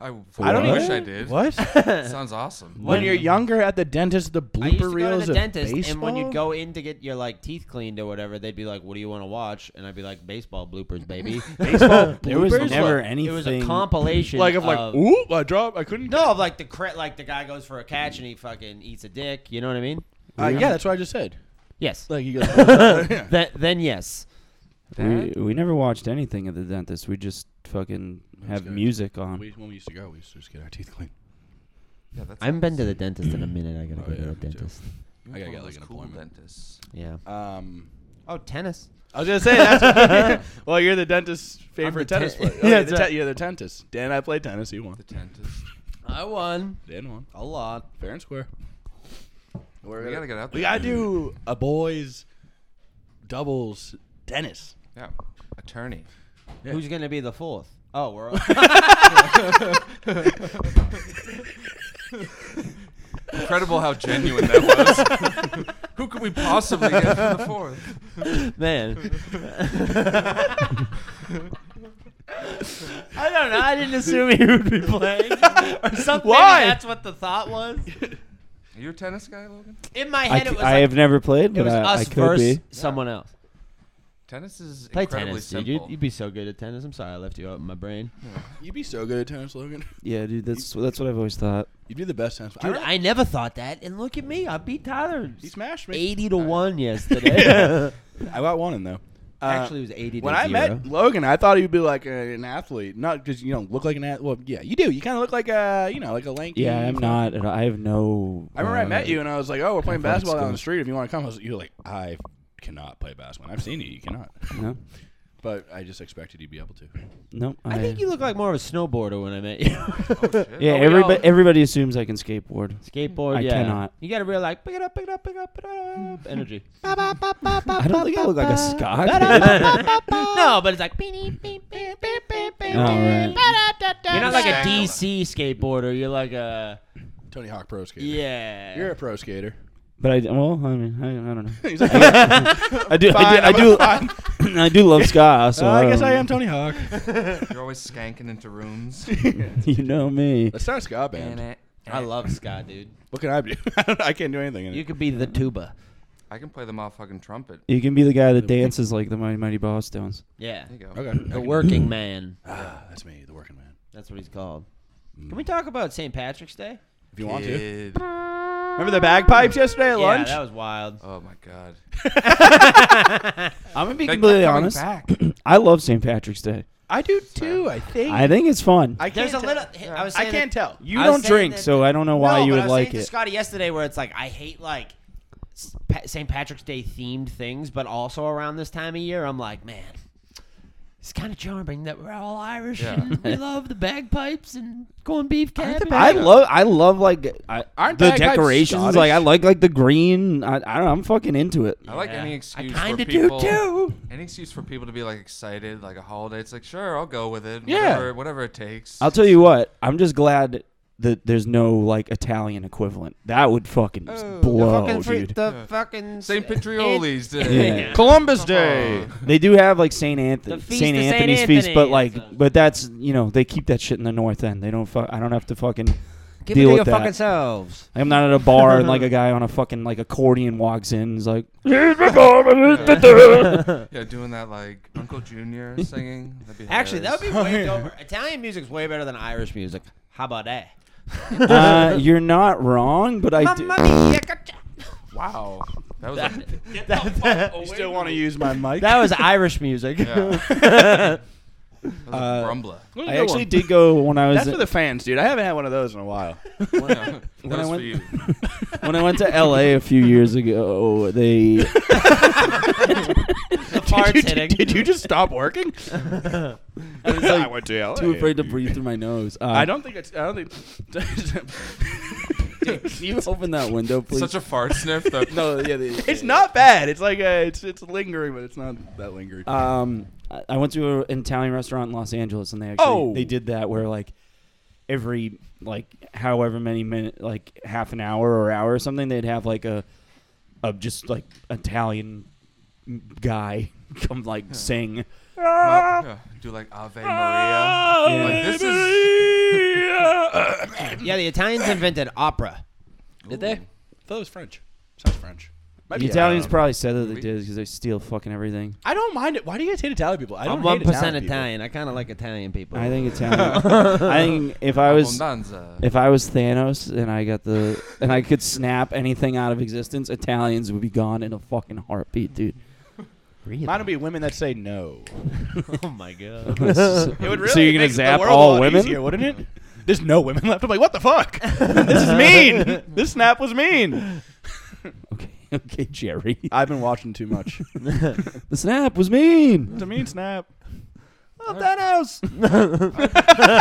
S4: I,
S2: I don't
S4: wish
S2: even-
S4: I did.
S2: What?
S4: Sounds awesome.
S2: when you're younger at the dentist, the
S3: I used
S2: blooper
S3: to go to
S2: reels
S3: the
S2: of
S3: dentist,
S2: baseball.
S3: and when you'd go in to get your like teeth cleaned or whatever, they'd be like, "What do you want to watch?" And I'd be like, "Baseball bloopers, baby."
S2: baseball,
S1: There was
S3: Bloopers?
S1: never
S3: Look, It was a
S1: anything-
S3: compilation,
S2: like of like, oop, I dropped, I couldn't.
S3: no, of like the cra- like the guy goes for a catch and he fucking eats a dick. You know what I mean?
S2: Uh, yeah, that's what I just said.
S3: Yes.
S2: Like you guys,
S3: Th- then yes.
S1: We, we never watched anything at the dentist. We just fucking have music on.
S2: we, when we used to go, we used to just get our teeth cleaned.
S4: Yeah, that's
S3: I haven't been to the dentist in a minute. I gotta
S2: Oh,
S3: go
S2: yeah,
S3: to
S2: me
S3: the
S2: too.
S3: dentist.
S4: you're
S2: I gotta
S4: one
S2: get,
S4: of
S2: like,
S4: those
S2: an
S4: cool
S2: appointment.
S4: dentists.
S3: Yeah.
S2: Um,
S3: Oh, tennis.
S2: I was gonna say that's well, you're the dentist's favorite
S3: the
S2: tennis
S3: ten-
S2: player. Oh, yeah,
S3: That's
S2: the te-
S3: right.
S2: you're the dentist. Dan, and I played tennis. He won.
S4: The dentist.
S3: I won
S2: Dan won
S3: a lot.
S2: fair and square. We're
S4: We gotta get out there.
S2: We gotta do a boys doubles tennis.
S4: Yeah. Attorney.
S3: Who's gonna be the fourth? Oh, we're.
S4: Incredible how genuine that was. Who could we possibly get for the fourth?
S3: Man. I don't know. I didn't assume he would be playing or something.
S2: Why?
S3: That's what the thought was.
S4: Are you a tennis guy, Logan?
S3: In my
S1: I,
S3: head,
S1: c-
S3: it was
S1: I
S3: like,
S1: have never played,
S3: it
S1: but
S3: was
S1: I, I
S3: us
S1: could
S3: versus
S1: be.
S3: someone else.
S4: Tennis is
S3: Play
S4: incredibly
S3: tennis, dude.
S4: simple.
S3: You'd, you'd be so good at tennis. I'm sorry, I left you out in my brain.
S2: You'd be so good at tennis, Logan.
S1: Yeah, dude, that's that's what I've always thought.
S2: You'd be the best tennis. player.
S3: Dude, I never thought that. And look at me. I beat Tyler.
S2: he smashed me.
S3: Eighty to one yesterday.
S2: I got one in though. Uh,
S3: Actually, it was eighty to
S2: when I
S3: zero.
S2: met Logan, I thought he'd be like a- an athlete, not because you don't look like an athlete. Well, yeah, you do. You kind of look like a, you know, like a lanky.
S1: Yeah, I'm not. at all- I have no.
S2: I remember I
S1: uh,
S2: met you and I was like, "Oh, we're playing
S1: athletic
S2: basketball down the
S1: skills.
S2: street. If you want to come," I was, you were like, "I cannot play basketball. I've seen you. You cannot."
S1: No,
S2: But I just expected you'd be able to.
S1: no.
S3: I think you Oh, look like more of a snowboarder when I met you.
S1: Yeah,
S2: we
S1: everybody
S2: all-
S1: everybody assumes I can skateboard.
S3: Skateboard,
S1: I
S3: yeah.
S1: cannot.
S3: You got to real like pick it up, pick it up, pick it up, pick it up. Energy.
S1: I don't think I look like a Scot.
S3: no, but it's like beep, beep, beep, beep, beep, beep. You're not like a
S4: Exactly.
S3: DC skateboarder. You're like a
S2: Tony Hawk pro skater.
S3: yeah.
S2: you're a pro skater.
S1: But I well, I mean, I, I don't know.
S2: He's like, "Fine,
S1: I do, I
S2: I'm-
S1: do, Um, I
S2: fine.
S1: do, I do love ska. So
S2: Uh, I guess
S1: don't
S2: I
S1: know.
S2: am Tony Hawk.
S4: You're always skanking into rooms.
S1: You know me.
S2: Let's start a ska band.
S4: I
S3: I love ska, dude.
S2: What can I do? I, don't know. I can't do anything. In
S3: You
S2: it.
S3: could be the tuba.
S4: can play the motherfucking trumpet.
S1: You can be the guy that dances like the Mighty Mighty Boss Stones.
S3: Yeah.
S4: There you go.
S2: okay, I
S3: The
S2: can-
S3: working man.
S2: Ah, that's me, the working man.
S3: That's what he's called. Can we talk about St. Patrick's Day?
S2: If you want to.
S4: Kid.
S2: Remember the bagpipes yesterday at lunch?
S3: Yeah, that was wild.
S4: Oh my god.
S1: I'm gonna be
S4: They're
S1: completely
S4: coming
S1: honest.
S4: back.
S1: I love St. Patrick's Day.
S2: I do too. I think.
S1: I think it's fun.
S2: I
S3: There's a
S2: can't
S3: little.
S2: tell.
S3: I was
S2: I
S3: saying
S2: can't
S3: that-
S2: tell.
S1: you
S3: I was
S1: don't
S3: saying
S1: drink,
S3: that-
S1: so I don't know why
S3: No,
S1: you
S3: but I
S1: would
S3: was
S1: like
S3: saying To
S1: it.
S3: Scotty yesterday, where it's like I hate like s- Pa- St. Patrick's Day themed things, but also around this time of year, I'm like, man, it's kind of charming that we're all Irish
S4: Yeah.
S3: and we love the bagpipes and corned beef cabbage.
S1: I love, I love like I,
S2: Aren't
S1: the
S2: bagpipes
S1: decorations.
S2: Scottish?
S1: Like I like like the green. I, I don't know. I'm fucking into it.
S2: Oh.
S4: I like
S3: Yeah.
S4: any excuse
S3: I
S4: for
S3: kinda
S4: people.
S3: do too.
S4: Any excuse for people to be like excited, like a holiday. It's like sure, I'll go with it.
S2: Yeah.
S4: Whatever, whatever it takes.
S1: I'll tell you what. I'm just glad that there's no like Italian equivalent. That would fucking
S2: Oh,
S1: blow, dude.
S3: the fucking
S4: St. Petrioli's
S1: Yeah.
S4: Day. Oh.
S2: Columbus Day.
S1: They do have like Saint Anthony,
S3: The feast
S1: Saint
S3: of Saint
S1: Anthony's feast, but
S3: Anthony.
S1: like, but that's you know they keep that shit in the North End. They don't. Fu- I don't have to fucking deal
S3: Give it to your
S1: with that.
S3: fucking selves.
S1: Like, I'm not at a bar and like a guy on a fucking like accordion walks in. And he's like, "Here's my bar."
S4: Yeah, doing that like Uncle Junior singing. That'd be
S3: Actually, that would be way
S4: hilarious.
S3: over. Italian music's way better than Irish music. How about that?
S1: uh, you're not wrong, but I do.
S4: wow. That was a,
S2: You still want to use my mic?
S3: That was Irish music.
S4: yeah. that was
S1: Uh,
S4: a grumbler.
S1: I actually did go when I was
S2: That's for the fans, dude. I haven't had one of those in a while.
S4: Yeah. That
S1: I
S4: was for
S1: went-
S4: you.
S1: when I went to LA a few years ago. They
S3: The farts
S2: did, you,
S3: hitting.
S2: did you just stop working?
S1: I was
S2: I
S1: like
S2: went to LA.
S1: too afraid to breathe through my nose. Uh,
S2: I don't think it's. I don't think.
S1: Can you open that window, please?
S4: Such a fart sniff. Though.
S1: no, yeah, they-
S2: it's not bad. It's like a, it's it's lingering, but it's not that lingering.
S1: Um, I- I went to a- an Italian restaurant in Los Angeles, and they actually
S2: Oh.
S1: they did that where like every like however many minute like half an hour or hour or something they'd have like a a just like Italian guy come like sing.
S2: Ah.
S4: Well, yeah, do like Ave Maria. Like, this is
S3: Yeah, the Italians invented opera.
S2: Did they? I thought it was French. Sounds French. Might
S1: The
S2: be
S1: Italians
S2: Italian.
S1: probably said that they did because they steal fucking everything.
S2: I don't mind it. Why do you guys hate Italian people? I don't
S3: I'm one
S2: hate
S3: percent
S2: people.
S3: Italian. I kind of like Italian people.
S1: I think Italian. I think if I was
S4: Abondanza.
S1: if I was Thanos and I got the and I could snap anything out of existence, Italians would be gone in a fucking heartbeat, dude.
S3: really.
S2: Mine would be women that say no.
S3: oh my god.
S1: so
S2: It would
S1: so you're gonna
S2: make the
S1: zap
S2: world a
S1: all
S2: lot
S1: women?
S2: easier, wouldn't it? There's no women left. I'm like, what the fuck? this is mean. This snap was mean.
S1: Okay, okay, Jerry.
S2: I've been watching too much.
S1: The snap was mean.
S2: it's a mean snap. Up Thanos.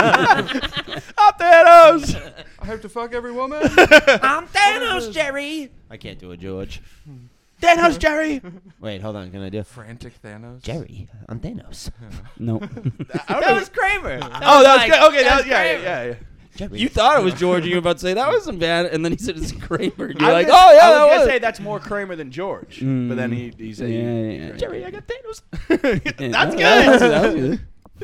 S2: Up Thanos.
S4: I have to fuck every woman.
S3: I'm Thanos, Jerry. I can't do it, George.
S2: Thanos, Jerry.
S3: Wait, hold on. Can I do it?
S4: Frantic Thanos.
S3: Jerry? I'm Thanos.
S1: No.
S2: I don't know.
S3: Kramer.
S2: oh, that was good. Okay, that was, yeah, yeah, yeah, yeah.
S3: Jerry.
S1: You thought it was George, and you were about to say that wasn't bad, and then he said it's Kramer. And you're
S2: I
S1: like,
S2: was-
S1: oh yeah,
S2: I was
S1: that
S2: gonna
S1: was. Mm.
S2: say that's more Kramer than George, but then he he said,
S1: Yeah, yeah, yeah.
S2: "Jerry, I got Thanos."
S1: Yeah,
S2: that's
S1: that was-
S2: good.
S1: that was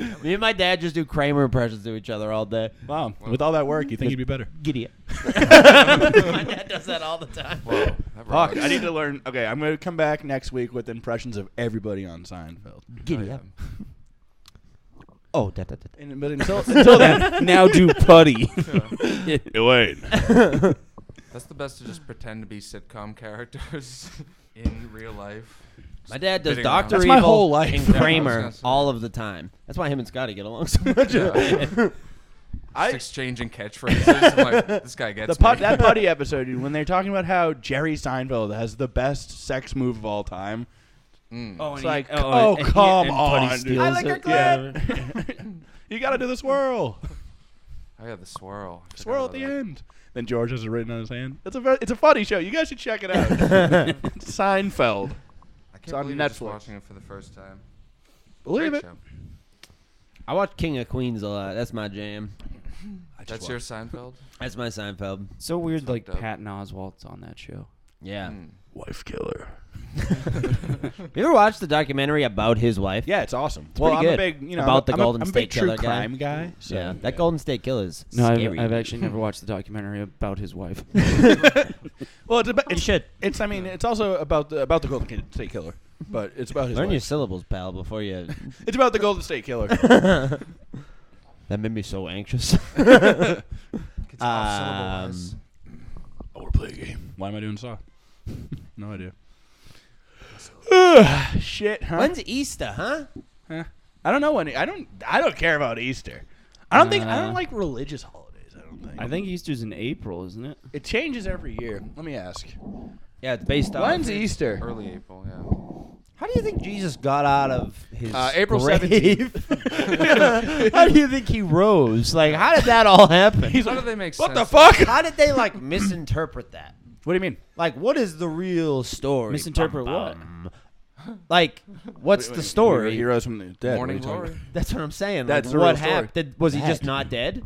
S1: good.
S3: Me and my dad just do Kramer impressions to each other all day.
S2: Wow, with all that work, you think you'd be better?
S3: Giddy up. my dad does that all the time.
S4: Whoa, that
S2: Fuck,
S4: rocks.
S2: I need to learn. Okay, I'm gonna come back next week with impressions of everybody on Seinfeld.
S3: Giddy
S4: yeah.
S3: up. Oh, da, da, da, da.
S2: And, but until until then,
S1: now do putty.
S2: Dwayne.
S4: That's the best to just pretend to be sitcom characters in real life.
S3: My dad does
S4: Kidding around.
S3: Doctor
S2: That's
S3: Evil
S2: my whole life. Yeah, I
S3: and
S2: was
S3: Kramer
S4: gonna say.
S3: all of the time. That's why him and Scotty get along so much.
S4: Yeah.
S2: I-
S4: Just exchanging catchphrases. I'm like, this guy gets
S2: The put,
S4: me.
S2: that putty episode, dude, when they're talking about how Jerry Seinfeld has the best sex move of all time.
S4: Mm.
S1: Oh,
S2: It's like, oh, come on, dude.
S1: I
S2: like your you gotta do the swirl,
S4: I got Oh, the swirl. I forgot
S2: swirl at
S4: about
S2: the
S4: that.
S2: end. Then George has it written on his hand. It's a very, it's a funny show. You guys should check it out. Seinfeld.
S4: I can't
S2: It's on
S4: believe I'm just
S2: Netflix.
S4: watching it for the first time.
S2: Believe
S4: Great
S2: it.
S4: show.
S3: I watch King of Queens a lot. That's my jam.
S4: That's your Seinfeld.
S3: That's my Seinfeld.
S1: So weird, like
S4: fucked up.
S1: Patton Oswalt's on that show.
S3: Yeah.
S2: Hmm.
S4: Mm.
S2: wife killer.
S3: You ever watched the documentary about his wife?
S2: Yeah, it's awesome. well, I'm
S3: pretty
S2: a
S3: good.
S2: big you know
S3: About
S2: I'm
S3: the
S2: a-
S3: Golden
S2: I'm a
S3: State
S2: big true
S3: Killer guy.
S2: crime guy. So.
S3: yeah, that Golden State Killer is
S1: No, I've,
S3: scary.
S1: I've actually never watched the documentary about his wife.
S2: Well, it's about
S3: You
S2: it's,
S3: should.
S2: It's I mean it's also about the about the Golden Ki- State Killer, but it's about his
S3: Learn
S2: wife.
S3: your syllables, pal, before you.
S2: It's about the Golden State Killer.
S3: that made me so anxious.
S4: It's off-syllable-wise.
S3: Um,
S2: I want to play a game. Why am I doing Saw? no idea. Shit, huh?
S3: When's Easter, huh?
S2: Huh? I don't know when. I don't. I don't care about Easter. I don't think. I
S1: Uh,
S2: don't like religious holidays. I don't think.
S1: I think Easter's in April, isn't it?
S2: it changes every year. Let me ask.
S3: Yeah, it's based on.
S2: When's Easter?
S4: Early April, yeah.
S3: How do you think Jesus got out of his
S2: Uh, April
S3: grave?
S2: 17th.
S3: how do you think he rose? Like, how did that all happen?
S4: How do they make
S2: What the
S4: sense?
S2: fuck?
S3: how did they like misinterpret that?
S2: What do you mean?
S3: Like, what is the real story?
S1: Misinterpret what?
S3: what? Like, what's the story?
S2: Heroes from the dead.
S4: Morning glory.
S3: That's what I'm saying.
S2: That's
S3: like,
S2: the
S3: what
S2: real story.
S3: happened? Was he just
S2: That.
S3: not dead?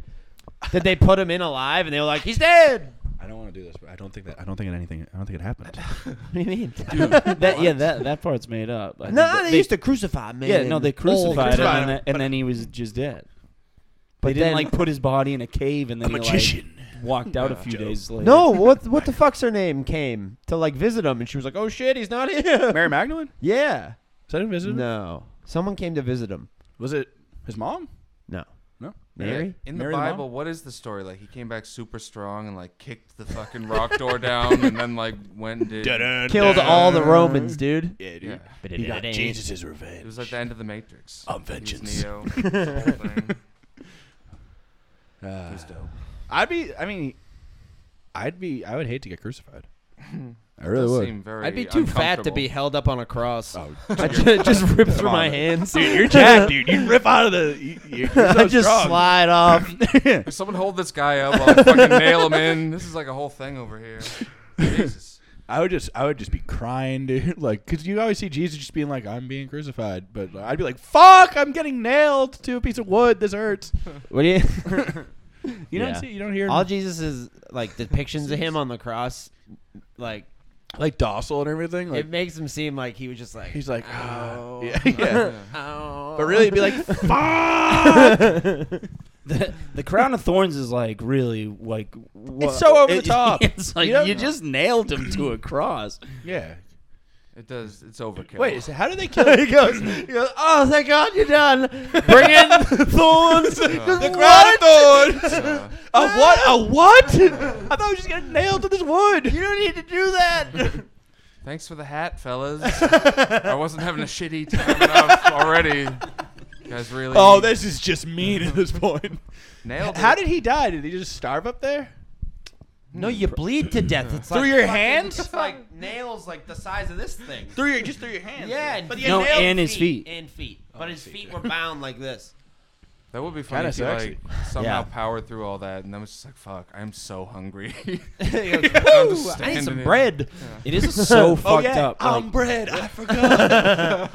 S3: Did they put him in alive and they were like, he's dead?
S2: I don't want to do this, but I don't think that. I don't think it anything. I don't think it happened.
S3: What do you mean?
S1: that, yeah, that that part's made up. I
S3: no,
S1: think that
S3: they, used to crucify man.
S1: Yeah, no, they crucified him,
S2: crucified
S1: and,
S2: him,
S1: then, and then he was just dead. But they didn't
S3: then-
S1: like put his body in a cave, and then he, like,
S2: magician.
S1: walked out a few days later.
S3: No, what what the fuck's her name came to like visit him and she was like, "Oh shit, he's not here."
S2: Mary Magdalene?
S3: yeah.
S2: Is that invisible?
S3: No. Someone came to visit him.
S2: Was it his mom?
S3: No.
S2: No.
S3: Mary?
S4: In
S2: Mary
S4: the
S2: the mom?
S4: Bible, what is the story? Like he came back super strong and like kicked the fucking rock door down, and then like went and did.
S3: Killed
S2: uh,
S3: all the Romans, dude.
S2: Yeah, dude.
S4: Yeah.
S2: He got Jesus' revenge.
S4: It was uh, like the end of the Matrix.
S2: I'm
S4: He was
S2: vengeance.
S4: Neo. the whole thing.
S2: Uh,
S4: was dope.
S2: I'd be. I mean, I'd be. I would hate to get crucified. I
S4: Does
S2: really would.
S4: seem very
S3: I'd be too fat to be
S4: uncomfortable.
S3: held up on a cross.
S2: Oh,
S3: I just, just rip through my hands.
S2: dude, you're jacked, dude. You rip out of the. You, you're so
S3: I just
S2: strong.
S3: slide off.
S4: Someone hold this guy up. I'll fucking nail him in. This is like a whole thing over here. Jesus.
S2: I would just. I would just be crying, dude. Like, cause you always see Jesus just being like, "I'm being crucified," but I'd be like, "Fuck! I'm getting nailed to a piece of wood. This hurts."
S3: What do you?
S2: You
S3: Yeah.
S2: don't see. You don't hear.
S3: All Jesus is like depictions of him on the cross, like
S2: like docile and everything. Like
S3: it makes him seem like he was just like "Oh."
S2: he's like,
S3: "Ow,
S2: "Ah." yeah, yeah.
S3: ow."
S2: but really, it'd be like, fuck.
S1: The, the crown of thorns is like really like wha-
S2: It's so over the top.
S1: It's like
S2: You
S1: you,
S2: don't-
S1: just nailed him to a cross.
S2: yeah.
S4: It does. It's overkill.
S2: Wait, so how did they kill? he goes, he goes, oh, thank God you're done.
S1: Bring in the thorns.
S2: the crown of thorns.
S4: Uh,
S2: Uh, A what? A what? I thought I was just gonna nail to this wood. You don't need to do that.
S4: thanks for the hat, fellas. I wasn't having a shitty time enough already. You guys really.
S2: oh, this is just mean at this point.
S4: nailed it.
S2: How did he die? Did he just starve up there?
S3: no, you bleed to death. It's
S2: Through
S3: like
S2: your
S3: fucking-
S2: hands?
S3: It's like nails, like the size of this thing.
S2: Through your just through your hands.
S3: Yeah,
S2: but Oh, he
S3: he
S2: had
S1: No,
S2: nailed-
S1: and his feet.
S3: and feet. But his feet were bound like this.
S4: That would be funny
S2: Kinda
S4: if you like somehow
S1: Yeah.
S4: powered through all that, and then was just like, "Fuck, I'm so hungry."
S3: He goes,
S4: I'm just
S3: "Woo, I need
S4: standing
S3: some
S4: here."
S3: bread.
S1: It is so
S2: Oh
S1: fucked
S2: yeah,
S1: up.
S2: I'm
S1: like,
S2: bread. I forgot.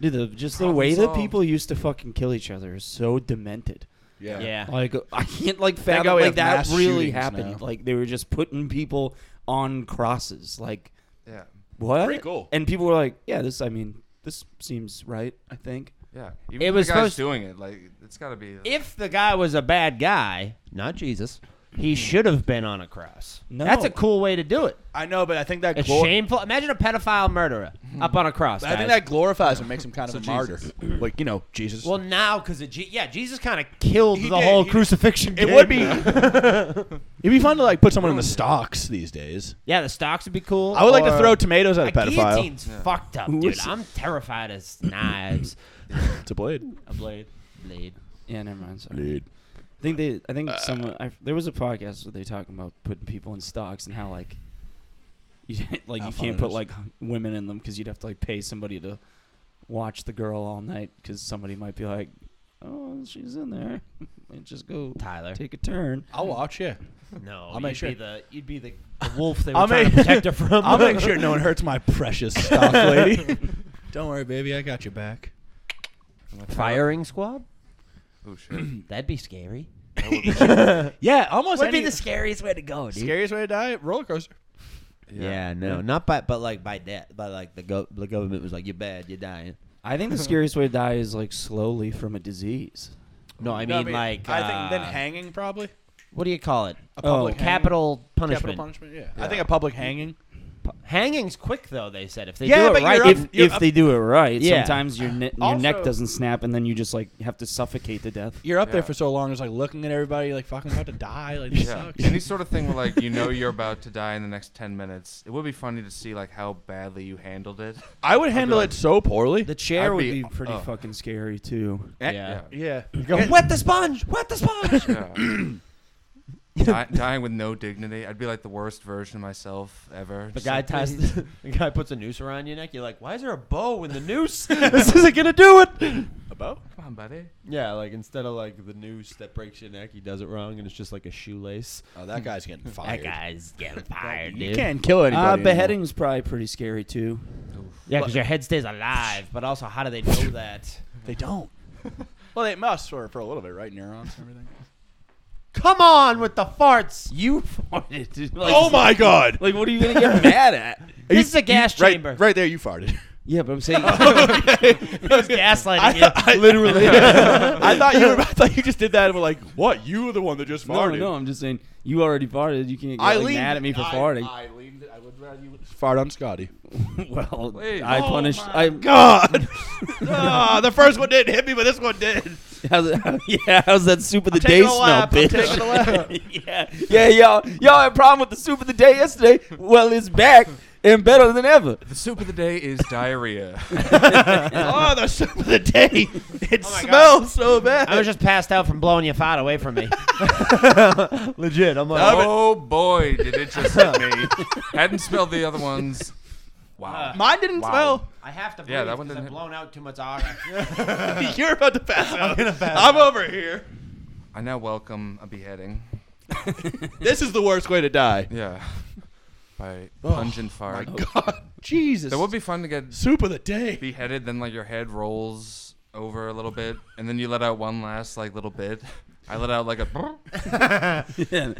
S1: dude, the, just the
S4: Problem
S1: way that
S4: solved.
S1: people used to fucking kill each other is so demented.
S2: yeah.
S1: Like I can't like
S2: God
S1: fathom
S2: we
S1: like
S2: have
S1: that
S2: mass
S1: really
S2: shootings
S1: happened.
S2: now.
S1: Like they were just putting people on crosses. Like
S4: yeah,
S1: what?
S2: Pretty cool.
S1: And people were like, "Yeah, this. I mean, this seems right. I think."
S4: yeah. Even
S3: It
S4: if
S3: was
S4: the guy's
S3: supposed-
S4: doing it. Like, it's got to be.
S3: If the guy was a bad guy, not Jesus, he should have been on a cross.
S1: No.
S3: That's a cool way to do it.
S2: I know, but I think that
S3: It's
S2: glor-
S3: shameful. Imagine a pedophile murderer up on a cross.
S2: I think
S3: guys.
S2: that glorifies and makes him kind of
S4: So
S2: a martyr. Like you know, Jesus.
S3: Well, now because yeah, Jesus kind of killed
S2: He
S3: the
S2: did,
S3: whole
S2: he-
S3: crucifixion.
S2: it
S3: game.
S2: would be. it'd be fun to like put someone in the stocks these days.
S3: Yeah, the stocks would be cool.
S2: I would like to
S3: or-
S2: throw tomatoes at a
S3: a
S2: pedophile.
S3: guillotine's fucked up,
S1: Who
S3: dude.
S1: is it?
S3: I'm terrified of knives.
S2: It's a blade.
S3: a blade, blade.
S1: Yeah, never mind. Sorry.
S2: Blade.
S1: I think they. I think someone. I, there was a podcast where they talking about putting people in stocks and how like, you like
S2: How
S1: you
S2: fun
S1: can't
S2: it
S1: put
S2: is.
S1: like women in them because you'd have to like pay somebody to watch the girl all night because somebody might be like, oh, she's in there, and just go
S3: Tyler.
S1: take a turn.
S2: I'll watch. Yeah.
S3: No,
S2: I'll make
S3: you'd
S2: sure.
S3: be the you'd be the, the wolf they were
S2: I'll
S3: trying
S2: make-
S3: to protect her from.
S2: I'll make sure no one hurts my precious stock lady. Don't worry, baby. I got your back.
S3: Firing squad?
S4: Oh shit.
S3: That'd be scary.
S4: That would be-
S2: Yeah, almost.
S3: Would be
S2: any-
S3: the scariest way to
S1: Oh,
S3: go, dude.
S2: scariest way to die? Roller coaster.
S3: Yeah, no, not by but like by death, by like the go- the government was like you're bad, you're dying.
S1: I think the scariest way to die is like slowly from a disease.
S3: No, I mean, like
S2: I think
S3: uh,
S2: then hanging probably.
S3: What do you call it?
S2: A
S1: Oh,
S2: public
S1: hanging.
S3: Capital punishment.
S2: Capital punishment. Yeah. I
S4: Yeah.
S2: think a public hanging.
S3: Hanging's quick though. They said if they
S2: Yeah,
S3: do
S2: but
S3: it
S2: you're
S3: right,
S2: up-
S1: If, if they do it right,
S3: Yeah.
S1: sometimes your ne- your neck
S2: Also-
S1: doesn't snap, and then you just like have to suffocate to death.
S2: You're up there
S4: Yeah.
S2: for so long, it's like looking at everybody, like fucking about to die. Like this
S4: Yeah.
S2: sucks.
S4: Any sort of thing where like you know you're about to die in the next ten minutes. It would be funny to see like how badly you handled it.
S2: I would handle it so poorly.
S1: The chair
S4: I'd
S1: would be,
S4: be-
S1: pretty
S4: oh.
S1: fucking scary too.
S2: Eh,
S3: Yeah.
S2: Yeah.
S3: go, wet the sponge, wet the sponge.
S4: Yeah. Di- dying with no dignity. I'd be like the worst version of myself ever.
S3: The
S4: Just
S3: guy
S4: like,
S3: ties.
S4: "Please."
S3: The, guy puts a noose around your neck. You're like, why is there a bow in the noose?
S2: this isn't gonna do it. A bow?
S4: Come on, buddy.
S3: yeah, like instead of like the noose that breaks your neck, he does it wrong, and it's just like a shoelace.
S2: Oh, that guy's getting fired.
S3: guy's getting fired,
S2: You can't kill anybody.
S1: Uh,
S2: anymore.
S1: beheading's probably pretty scary too.
S3: Yeah, because your head stays alive. But also, how do they know that?
S2: They don't. well, they must for, for a little bit, right? Neurons and everything.
S3: Come on with the farts. Oh, You farted. dude. Like,
S2: Oh my god!
S1: Like, what are you gonna get mad at?
S3: This is a gas chamber.
S2: Right, right there, you farted.
S1: Yeah, but I'm saying
S2: Oh,
S3: It was gaslighting you.
S2: literally. I thought you. Were, I thought you just did that and were like, "What? You were the one that just
S1: no,
S2: farted."
S1: no. I'm just saying you already farted. You can't get like, mad at me for farting.
S2: leaned. I would rather you fart on Scotty.
S1: well,
S4: Wait.
S1: I
S4: Oh
S1: punished. I
S2: God. Ah, the first one didn't hit me, but this one did.
S1: how's, yeah. How's that soup of the day
S2: taking a
S1: smell,
S2: lap, I'm taking a
S1: bitch? yeah, yeah, y'all, y'all had a problem with the soup of the day yesterday. Well, it's back and better than ever.
S4: The soup of the day is diarrhea.
S2: oh, the soup of the day. It
S1: Oh
S3: my
S2: smells so bad.
S3: I was just passed out from blowing your fart away from me. Legit. I'm like,
S4: oh boy, did it just hit me. Hadn't smelled the other ones.
S3: Uh,
S4: Wow.
S2: Mine didn't
S4: Wow.
S3: I have to breathe
S4: Yeah, that one
S3: 'cause
S4: didn't
S3: I've
S4: hit.
S3: blown out too much oxygen.
S2: smell. You're about to pass out. I'm, over here.
S4: I now welcome a beheading.
S2: This is the worst way to die.
S4: Yeah. By
S2: Oh,
S4: pungent
S2: My
S4: fart.
S2: God, Jesus.
S4: That would be fun to get
S2: soup of the day.
S4: beheaded, then like your head rolls over a little bit, and then you let out one last like little bit. I let out like a.
S1: Didn't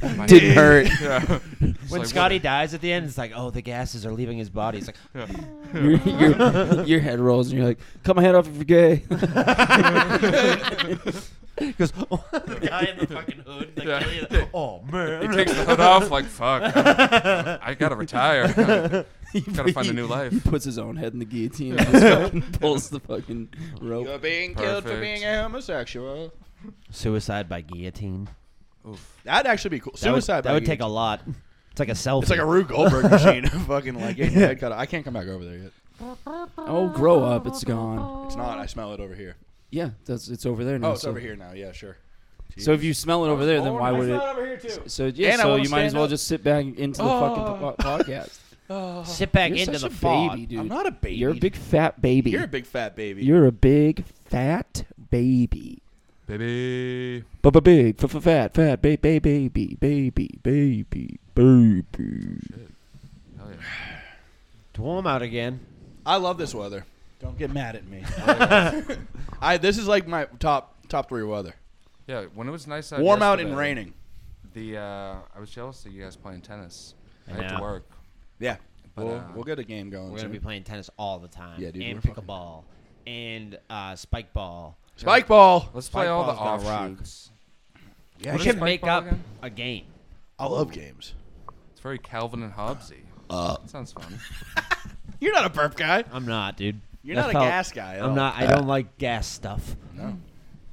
S1: hurt.
S4: Yeah. He's
S3: when
S4: like,
S3: Scotty
S4: what-
S3: dies at the end, it's like, oh, the gases are leaving his body. It's like,
S1: your, your, your head rolls and you're like, cut my head off if you're gay.
S3: because the guy in the fucking hood, the
S4: Yeah.
S3: Killian- oh man,
S4: He takes the hood off like fuck. I gotta retire. Gotta find a new life.
S1: He puts his own head in the guillotine and just fucking pulls the fucking rope.
S2: being
S4: killed for Perfect. being
S2: a homosexual.
S3: Suicide by guillotine.
S4: Oof.
S2: That'd actually be cool.
S3: That would-
S2: Suicide.
S3: That would, take a lot. It's like a selfie.
S2: It's like a Rube Goldberg machine. fucking like getting your head cut. off. I can't come back over there yet.
S1: Oh, grow up. It's gone.
S2: It's not. I smell it over here.
S1: Yeah, that's it's over there now.
S2: Oh, it's
S1: so,
S2: over here Oh, now. Yeah, sure.
S1: So if you smell it over there, then why would it?
S2: over here too.
S1: So yeah,
S2: And I
S1: so
S2: won't
S1: you might as
S2: stand
S1: well
S2: up.
S1: just sit back into the
S2: Oh.
S1: fucking po- podcast.
S3: sit back
S1: You're
S3: into
S1: such
S3: the
S1: a
S3: fog.
S1: baby, dude.
S2: I'm not a baby.
S1: You're a big fat baby.
S2: You're a big fat baby.
S1: You're a big fat baby.
S4: Baby.
S1: But big f- f- fat fat ba- ba- baby baby baby baby.
S4: Hell yeah.
S3: It's warm out again.
S2: I love this weather. Don't get mad at me. I this is like my top top three weather.
S4: Yeah, when it was nice out.
S2: Warm out and
S4: yesterday,
S2: raining.
S4: The uh, I was jealous that you guys playing tennis. I,
S3: I
S4: had
S3: know.
S4: to work.
S2: Yeah,
S4: But,
S2: we'll,
S4: uh,
S2: we'll get a game going.
S3: We're gonna
S2: soon.
S3: be playing tennis all the time.
S2: Yeah, dude,
S3: And
S2: we're fucking-
S3: pickleball, and uh, spike ball.
S2: Spike ball.
S4: Let's play all the
S3: Spikeball's gonna rock.
S4: offshoots.
S2: Yeah,
S3: We
S4: What is
S3: should
S4: spike
S3: make
S4: ball
S3: up
S4: again?
S3: a game.
S2: I love games.
S4: It's very Calvin and Hobbesy.
S2: Uh,
S4: That sounds fun.
S2: you're not a burp guy.
S3: I'm not, dude.
S2: You're
S3: That's
S2: not a
S3: how-
S2: gas guy. at
S3: I'm
S2: all.
S3: not. I don't like gas stuff.
S2: No.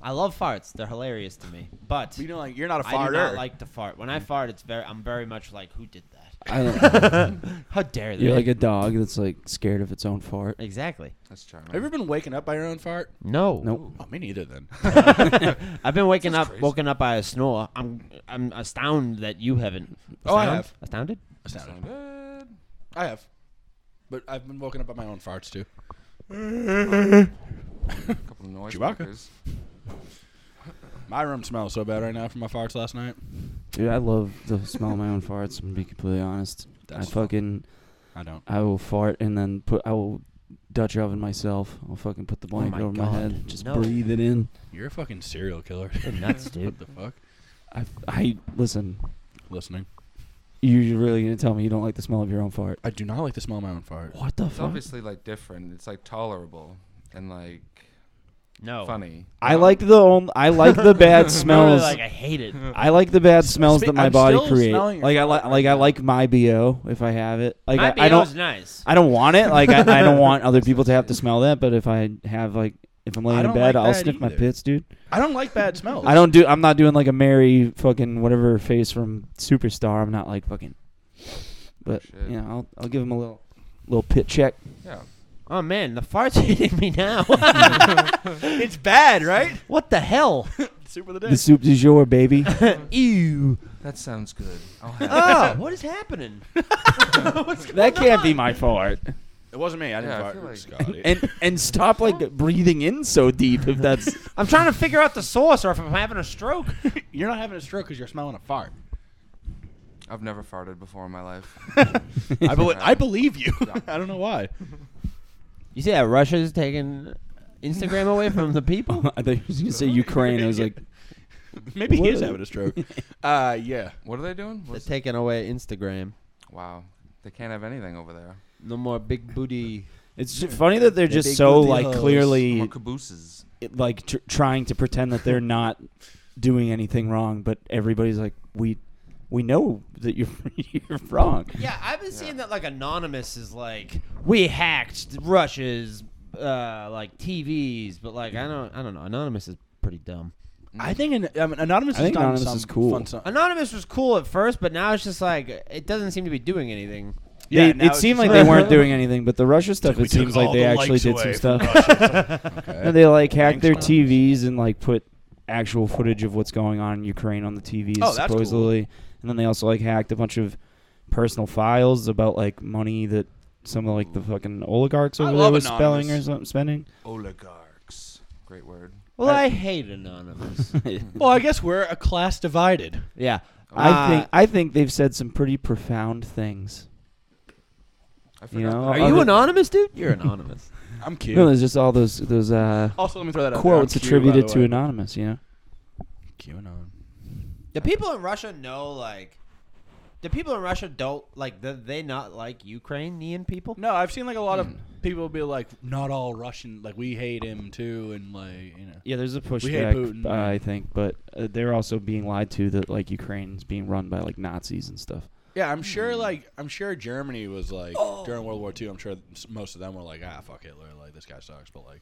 S3: I love farts. They're hilarious to me. But
S2: You know, like you're not a farter.
S3: I do not like to fart. When I fart, it's very. I'm very much like, who did that?
S1: I don't,
S3: How dare they?
S1: you're like a dog that's like scared of its own fart.
S3: exactly.
S4: That's charming.
S2: Have you ever been waking up by your own fart?
S3: No.
S1: Nope.
S2: Oh, me neither. Then
S3: I've been waking
S4: That's
S3: up,
S4: crazy.
S3: woken up by a snore. I'm, I'm astounded that you haven't.
S2: Oh, I
S3: Astound?
S2: have.
S3: Astounded?
S4: Sound good.
S2: I have, but I've been woken up by my own farts too.
S4: A couple of noise
S2: Chewbacca.
S4: breakers.
S2: My room smells so bad right now from my farts last night.
S1: Dude, I love the smell of my own farts. I'm gonna be completely honest.
S2: That's
S1: I fucking
S2: I don't.
S1: I will fart and then put I will Dutch oven myself. I'll fucking put the blanket
S3: my
S1: over
S3: God.
S1: Oh my head. Just
S3: No.
S1: breathe it in.
S2: You're a fucking serial killer.
S3: You're nuts, dude.
S2: what the fuck?
S1: I I listen.
S2: Listening.
S1: You're really gonna tell me you don't like the smell of your own fart?
S2: I do not like the smell of my own fart.
S1: What the
S4: It's
S1: fuck?
S4: obviously like different. It's like tolerable and like
S3: No.
S4: funny.
S1: I like the on, I like the bad
S3: Really,
S1: smells.
S3: like I hate it.
S1: I like the bad smells
S2: spe-
S1: that my
S2: I'm
S1: body
S2: still
S1: creates.
S2: smelling your
S1: Like I like like I like my bo if I have it. Like
S3: My
S1: I, I
S3: BO's
S1: don't
S3: nice.
S1: I don't want it. Like I, I don't want other people to have to smell that. But if I have like if I'm
S2: I
S1: laying in
S2: don't
S1: bed,
S2: like
S1: I'll
S2: that
S1: sniff my
S2: either.
S1: pits, dude.
S2: I don't like bad smells.
S1: I don't do. I'm not doing like a merry fucking whatever face from Superstar. I'm not like fucking. But
S4: Shit.
S1: you know, I'll I'll give him a little little pit check.
S4: Yeah.
S3: Oh man, the fart's hitting me now.
S2: it's bad, right?
S3: what the hell?
S2: Super the
S1: The soup du jour, baby.
S3: Ew.
S4: That sounds good. I'll have
S3: Oh, what is happening?
S1: that can't be my fart.
S2: It wasn't me. I didn't
S4: Yeah, I
S2: fart.
S4: feel like-
S2: Scotty.
S1: And and stop like breathing in so deep if that's.
S3: I'm trying to figure out the source or if I'm having a stroke.
S2: you're not having a stroke because you're smelling a fart.
S4: I've never farted before in my life.
S2: I, believe. I
S4: Yeah.
S2: believe you. I don't know why.
S3: You see that Russia's taking Instagram away from the people?
S1: I thought you was gonna say Ukraine. I was like,
S2: Maybe he is
S1: What?
S2: having a stroke. Uh, yeah.
S4: What are they doing?
S3: They're
S4: What's-
S3: taking away Instagram.
S4: Wow. They can't have anything over there.
S3: No more big booty.
S1: it's ju- funny that they're
S3: The
S1: just
S3: big
S1: so
S3: booty
S1: like
S3: hoes.
S4: More
S1: clearly
S4: cabooses.
S1: it- like tr- trying to pretend that they're not doing anything wrong, but everybody's like, we we know that you're you're wrong.
S3: Yeah, I've been seeing that like Anonymous is like we hacked Russia's uh, like TVs, but like I don't I don't know. Anonymous is pretty dumb.
S2: I think an, I mean, anonymous.
S1: I think
S2: has done
S1: Anonymous
S2: some
S1: is cool.
S2: Fun stuff.
S3: Anonymous was cool at first, but now it's just like it doesn't seem to be doing anything.
S1: They-
S2: Yeah, now
S1: it
S2: it's
S1: seemed
S2: just
S1: like they weren't doing anything, but the Russia stuff,
S2: we
S1: it seems
S2: took
S1: like
S2: all
S1: they
S2: the
S1: actually
S2: likes
S1: did some
S2: away
S1: stuff.
S2: from Russia. Okay.
S1: And they like hacked their
S2: Thanks, Mom.
S1: TVs and like put actual footage of what's going on in Ukraine on the TVs
S2: Oh, that's cool.
S1: supposedly. And then they also like hacked a bunch of personal files about like money that some of like the fucking oligarchs
S2: I
S1: over there
S2: love
S1: was spelling or
S2: Anonymous.
S1: something spending.
S4: Oligarchs. Great word.
S3: Well, I, hate Anonymous.
S2: Well, I guess we're a class divided.
S3: yeah,
S1: I think
S3: Uh,
S1: I think they've said some pretty profound things.
S4: I forgot.
S1: You know,
S4: that.
S3: Are you
S1: other-
S3: anonymous, dude? You're anonymous.
S2: I'm cute.
S1: No, there's just all those those uh,
S2: also, let me throw that out
S1: quotes
S2: there. I'm Q, by
S1: attributed
S2: the
S1: to
S2: way.
S1: anonymous. You know,
S2: QAnon.
S3: the people in Russia know like The people in Russia don't like. Do they not like Ukrainian people?
S2: No, I've seen like a lot of
S1: Hmm.
S2: people be like, not all Russian. Like we hate him too, and like you know.
S1: Yeah, there's a
S2: hate Putin.
S1: pushback, uh, I think, but uh, they're also being lied to that like Ukraine's being run by like Nazis and stuff.
S2: Yeah, I'm sure. Like I'm sure Germany was like during World War II. I'm sure s- most of them were like, ah, fuck Hitler. Like this guy sucks, but like,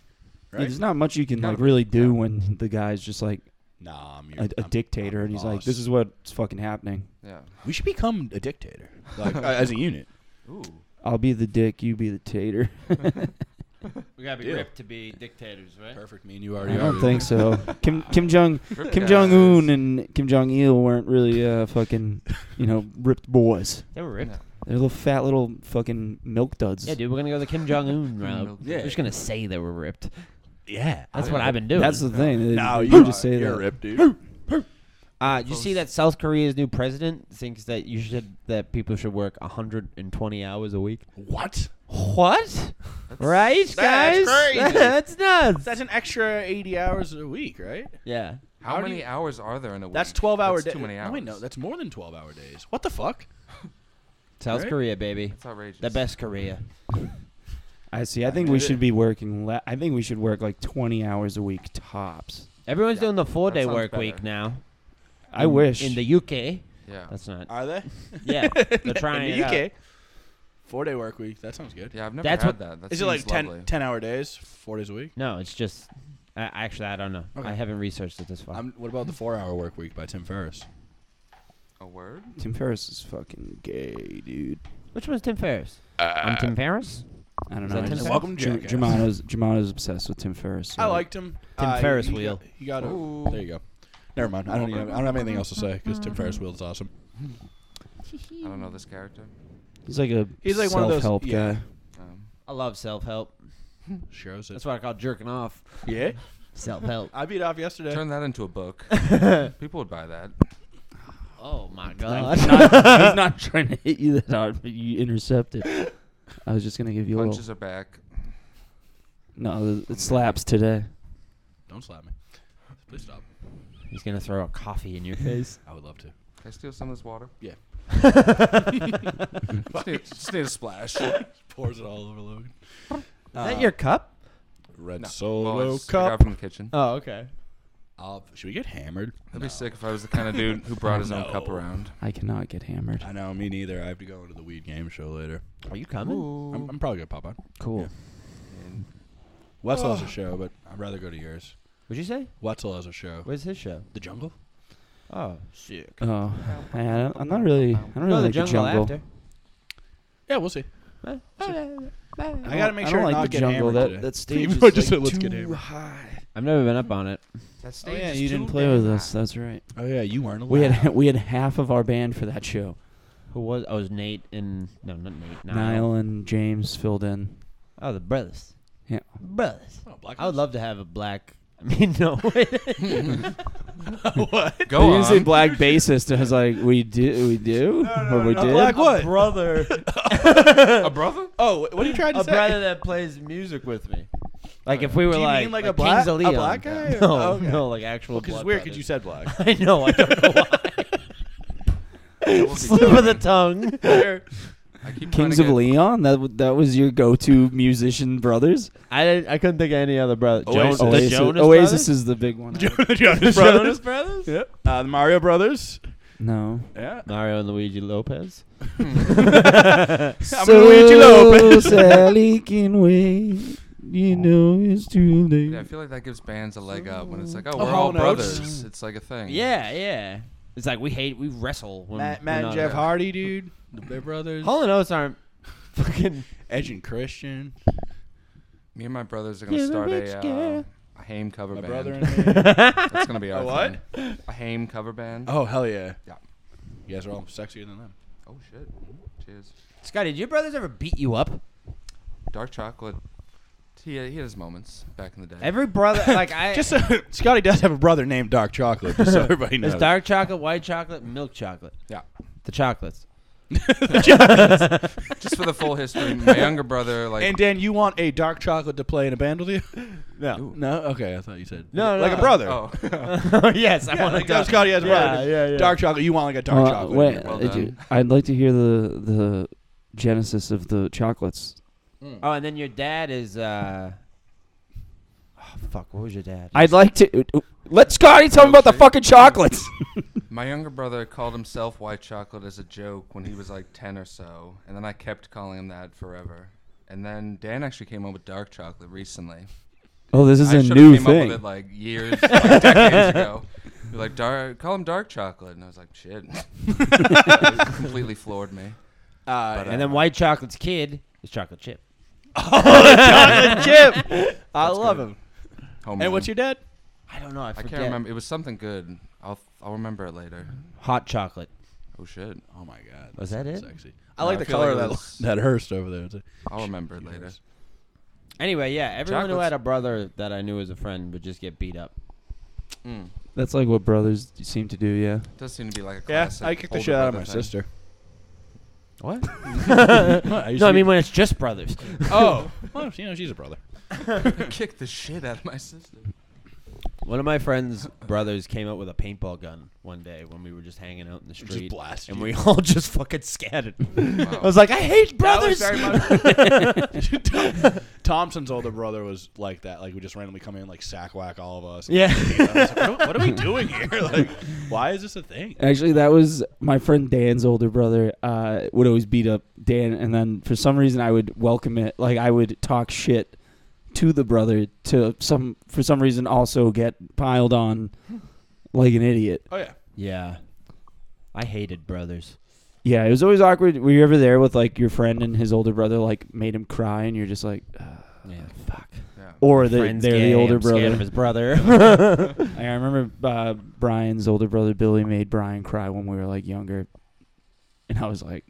S1: Yeah,
S2: right?
S1: there's not much you can like really do when the guy's just like
S2: nah, I'm your,
S1: a, a
S2: I'm-
S1: dictator
S2: I'm
S1: and he's
S2: your
S1: like,
S2: boss."
S1: this is what's fucking happening.
S4: Yeah.
S2: We should become a dictator, like as a unit.
S3: Ooh,
S1: I'll be the dick, you be the tater.
S3: we gotta be
S2: Deal.
S3: ripped to be dictators, right?
S2: Perfect. Me and you already.
S1: I don't
S2: are.
S1: think so. Kim Kim Jong
S4: Rip
S1: Kim
S4: guys.
S1: Jong Un and Kim Jong Il weren't really uh, fucking you know ripped boys.
S3: They were ripped.
S4: Yeah.
S1: They're little fat little fucking milk duds.
S3: Yeah, dude, we're gonna go the Kim Jong Un route.
S4: Yeah.
S3: We're just gonna say they were ripped.
S2: Oh, Yeah.
S3: That's
S4: I
S3: what
S4: know.
S3: I've been doing.
S1: That's the thing.
S2: No,
S1: you,
S2: you
S1: just say
S2: you're
S1: that.
S2: ripped, dude.
S3: Uh, you see that South Korea's new president thinks that you should that people should work 120 hours a week.
S2: what?
S3: What? right, guys?
S2: that's crazy.
S3: that's nuts.
S2: That's an extra 80 hours a week, right?
S3: yeah.
S4: How,
S2: How do
S4: many
S2: you-
S4: hours are there in a week?
S2: That's 12 hour
S4: That's
S2: days.
S4: Too many hours.
S2: Wait, no, that's more than 12 hour days. What the fuck?
S3: South
S2: Right?
S3: Korea, baby.
S4: That's outrageous.
S3: The best Korea.
S1: I see. I think we should be working. Le- I think we should work like twenty hours a week tops.
S3: Everyone's doing the four day
S4: sounds
S3: work
S4: better.
S3: week now.
S1: I wish.
S3: In the UK.
S4: Yeah.
S3: That's not.
S2: Are they?
S3: Yeah. They're trying
S2: Uh, In the
S3: it
S2: UK.
S3: out.
S2: Four day work week. That sounds good.
S4: Yeah, I've never
S3: That's what-
S4: had that. That
S2: Is it like
S4: seems
S2: 10,
S4: lovely.
S2: 10 hour days, four days a week?
S3: No, it's just. I actually, I don't know.
S2: Okay.
S3: I haven't researched it this far.
S2: I'm, what about the four hour work week by Tim Ferriss?
S4: A word?
S1: Tim Ferriss is fucking gay, dude.
S3: Which one's Tim Ferriss?
S2: Uh,
S3: I'm Tim Ferriss.
S1: I don't
S3: Is
S1: know.
S3: that
S1: I
S3: Tim
S1: just-
S3: Ferriss?
S2: Welcome,
S1: Ger-
S2: Jackass.
S1: Germano's Germano's obsessed with Tim Ferriss.
S2: I
S1: so-
S2: liked him.
S3: Tim
S2: Uh,
S3: Ferriss
S2: he
S3: wheel.
S2: Got, he got
S4: Ooh.
S2: a. There you go. Never mind. I don't, even, I don't have anything else to say because Tim Ferriss wheel is awesome.
S4: I don't know this character.
S1: He's like a
S2: He's like one of those-
S1: self-help
S2: yeah.
S1: guy.
S4: Um,
S3: I love self help.
S2: Shows it.
S3: That's what I call jerking off.
S2: Yeah.
S3: Self help.
S2: I beat off yesterday.
S4: turn that into a book. People would buy that.
S3: Oh my
S1: He's
S3: god.
S1: not, he's not trying to hit you that hard, but you intercepted. I was just gonna give you a
S4: Punches
S1: little.
S4: are back.
S1: No, it slaps today.
S2: Don't slap me. Please stop.
S3: He's gonna throw a coffee in your face.
S2: I would love to.
S4: Can I steal some of this water?
S2: Yeah.
S4: Just need, just need a splash.
S2: Pours it all over Logan.
S3: Is that your cup?
S2: Red
S4: No.
S2: Solo
S4: Well, it's- I got
S2: Cup.
S4: it from the kitchen.
S3: Oh, okay.
S2: I'll- should we get hammered?
S4: That'd be sick if I was the kind of dude who brought his own cup
S2: No.
S4: around.
S1: I cannot get hammered.
S2: I know, me neither. I have to go into the weed game show later.
S3: Are you coming?
S2: I'm, I'm probably gonna pop on.
S3: Cool.
S4: And
S2: Wetzel has a show, but I'd rather go to yours.
S3: What'd you say?
S2: Wetzel has a show.
S3: Where's his show?
S2: The jungle?
S3: Oh, sick.
S1: Oh, I don't, I'm not really. I don't really
S3: No,
S1: like
S3: the jungle,
S1: jungle.
S2: Yeah, we'll see.
S3: after.
S2: I gotta make
S1: I
S2: sure
S1: don't
S2: not
S1: like the
S2: get
S1: jungle.
S2: hammered
S1: That
S2: today.
S1: that stage
S2: Even
S1: is
S2: though it
S1: like
S2: just said, "Let's
S1: too
S2: get hammered."
S1: high.
S3: I've never been up on it.
S4: that stage
S1: Oh yeah,
S4: is
S1: you
S4: too
S1: didn't play
S4: damn
S1: with us.
S4: high.
S1: That's right.
S2: Oh yeah, you weren't allowed.
S1: We had we had half of our band for that show.
S3: Who was? Oh, it was Nate and no, not Nate. Niall.
S1: Niall and James filled in.
S3: Oh, the brothers.
S1: Yeah.
S3: Brothers.
S2: Oh, black
S3: I would love to have a black. I mean, no. wait.
S2: what?
S4: Go
S1: you
S4: on.
S1: say black bassist, and I was like, "We do, we do, or we
S2: no,
S1: did."
S2: black- what?
S3: brother.
S4: a brother?
S2: Oh, wh- what are you trying to
S3: a
S2: say?
S3: brother that plays music with me. Like if we were
S2: Do you
S3: like,
S2: mean like a
S3: Kings
S2: black-
S3: of
S2: a
S3: Leon.
S2: black guy or-
S3: No,
S2: Oh, okay.
S3: no, like actual.
S2: Because it's
S3: blood
S2: weird because you
S3: brothers.
S2: said black.
S3: I know. I don't know why.
S4: That would be
S3: Slip
S4: good.
S3: of the tongue.
S4: I keep trying to
S1: Kings of
S4: get-
S1: Leon. That w- that was your go-to musician brothers.
S3: I didn't, I couldn't think of any other brother.
S2: Oasis.
S3: Jon-
S1: Oasis,
S3: the Jonas
S1: Oasis
S3: brothers?
S1: is the big one.
S2: Jonas
S3: Jonas
S2: Brothers.
S3: Brothers.
S2: Yep. Uh, the Mario Brothers.
S1: No.
S2: Yeah.
S3: Mario and Luigi Lopez.
S2: I'm Luigi Lopez.
S1: Sally can wait. You know it's too late.
S4: Oh. Yeah, I feel like that gives bands a leg up when it's like, oh,
S2: A
S4: we're
S2: whole
S4: all
S2: notes.
S4: brothers. It's like a thing.
S3: Yeah, yeah. It's like we hate we wrestle. When
S2: Matt,
S3: we're
S2: Matt and
S3: not
S2: Jeff
S3: there.
S2: Hardy, dude. They're brothers.
S3: Hall and Oates aren't fucking.
S2: Edge and Christian.
S4: Me and my brothers are gonna
S3: You're a
S4: start
S3: rich
S4: a, uh,
S3: girl.
S4: a Haim cover
S2: My
S4: band.
S2: brother and me.
S4: That's gonna be our
S2: A what?
S4: thing. A Haim cover band.
S2: Oh hell yeah!
S4: Yeah.
S2: You guys are all sexier than them.
S4: Oh, shit. Cheers.
S3: Scotty, did your brothers ever beat you up?
S4: Dark chocolate. He uh, he had his moments back in the day.
S3: Every brother, like I,
S2: Just so, Scotty does have a brother named Dark Chocolate, just so everybody knows.
S3: There's dark chocolate, white chocolate, and milk chocolate.
S4: yeah.
S3: The chocolates.
S4: Just for the full history, my younger brother like
S2: And Dan, you want a dark chocolate to play in a band with you?
S3: No.
S2: No. Okay, I thought you said
S3: No,
S2: like
S3: no.
S2: a brother.
S4: oh
S3: yes, I
S2: Yeah,
S3: want
S2: like uh,
S3: to
S2: that was Scotty has a
S1: Yeah,
S2: brother.
S1: yeah, yeah.
S2: Dark chocolate. You want like a dark chocolate?
S1: wait,
S4: Well
S1: did you-
S4: done.
S1: I'd like to hear the the genesis of the chocolates.
S3: Oh, and then your dad is. uh oh, Fuck! What was your dad?
S1: I'd like to let Scotty tell me about the fucking chocolates.
S4: my younger brother called himself white chocolate as a joke when he was like ten or so, and then I kept calling him that forever. And then Dan actually came up with dark chocolate recently.
S1: oh, this is
S4: I
S1: a
S4: should've
S1: new
S4: came Up
S1: thing.
S4: with it like years, like decades ago. You're like dark, call him dark chocolate, and I was like, shit, It completely floored me.
S2: Uh,
S3: and then white chocolate's kid is chocolate chip.
S2: chocolate chip. I love him.
S4: Home
S2: And what's your dad?
S3: I don't know. I,
S4: I
S3: forget.
S4: can't remember. It was something good. I'll I'll remember it later.
S3: Hot chocolate.
S4: Oh shit,
S2: Oh my god.
S3: Was that it?
S2: Sexy. I
S4: No,
S2: like
S4: I
S2: the
S4: feel
S2: color
S4: like it
S2: of that
S4: was-
S2: that Hearst over there. It's like-
S4: I'll remember it later.
S3: Anyway, yeah, everyone who
S4: Chocolates.
S3: had a brother that I knew as a friend would just get beat up.
S4: Mm.
S1: That's like what brothers seem to do. Yeah.
S4: Does seem to be like a
S2: Yeah,
S4: classic.
S2: I kicked the
S4: older
S2: shit out of my
S4: brother thing.
S2: sister.
S3: What?
S2: I used to
S3: no, I
S2: be-
S3: mean when it's just brothers.
S2: oh, well, you know she's a brother.
S4: Kick Oh. the shit out of my sister.
S3: One of my friend's brothers came up with a paintball gun one day when we were just hanging out in the street,
S2: blast
S3: and
S2: you.
S3: we all just fucking scattered.
S4: Wow.
S3: I was like, I hate brothers.
S2: Thompson's older brother was like that. Like we just randomly come in, like sack whack all of us.
S3: Yeah.
S2: I was like, what, are- what are we doing here? Like, why is this a thing?
S1: Actually, that was my friend Dan's older brother. Uh, would always beat up Dan, and then for some reason I would welcome it. Like I would talk shit to the brother to some for some reason also get piled on like an idiot.
S2: Oh yeah.
S3: yeah, I hated brothers.
S1: Yeah, it was always awkward. Were you ever there with like your friend and his older brother like made him cry, and you're just like, "Ugh."
S3: Yeah, fuck.
S4: Yeah.
S1: or the,
S3: Friend's
S1: they're
S3: gay,
S1: the older
S3: I'm scared
S1: brother.
S3: of his brother.
S1: I remember uh, Brian's older brother Billy made Brian cry when we were like younger, and I was like,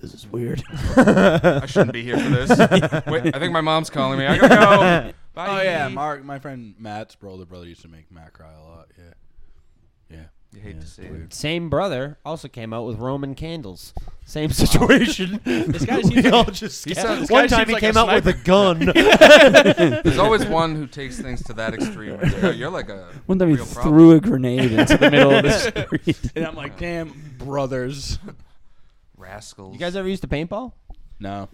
S1: "This is weird."
S4: I shouldn't be here for this. Wait, I think my mom's calling me. I gotta go. Bye.
S2: Oh yeah. Mark, my friend Matt's older brother used to make Matt cry a lot. Yeah. Yeah.
S4: You
S2: Yeah,
S4: hate to
S2: it's
S4: see it.
S2: weird.
S3: Same brother also came out with Roman candles. Same situation. this
S2: guy seems like-
S3: just
S2: he
S3: scat-
S2: sounds- this guy
S3: one time
S2: seems
S3: he
S2: like a
S3: came out with a gun.
S4: There's always one who takes things to that extreme. You're like a
S1: One time he
S4: real problem.
S1: threw a grenade into the middle of the street.
S2: And I'm like, damn, brothers.
S4: rascals.
S3: you guys ever used to paintball?
S2: No.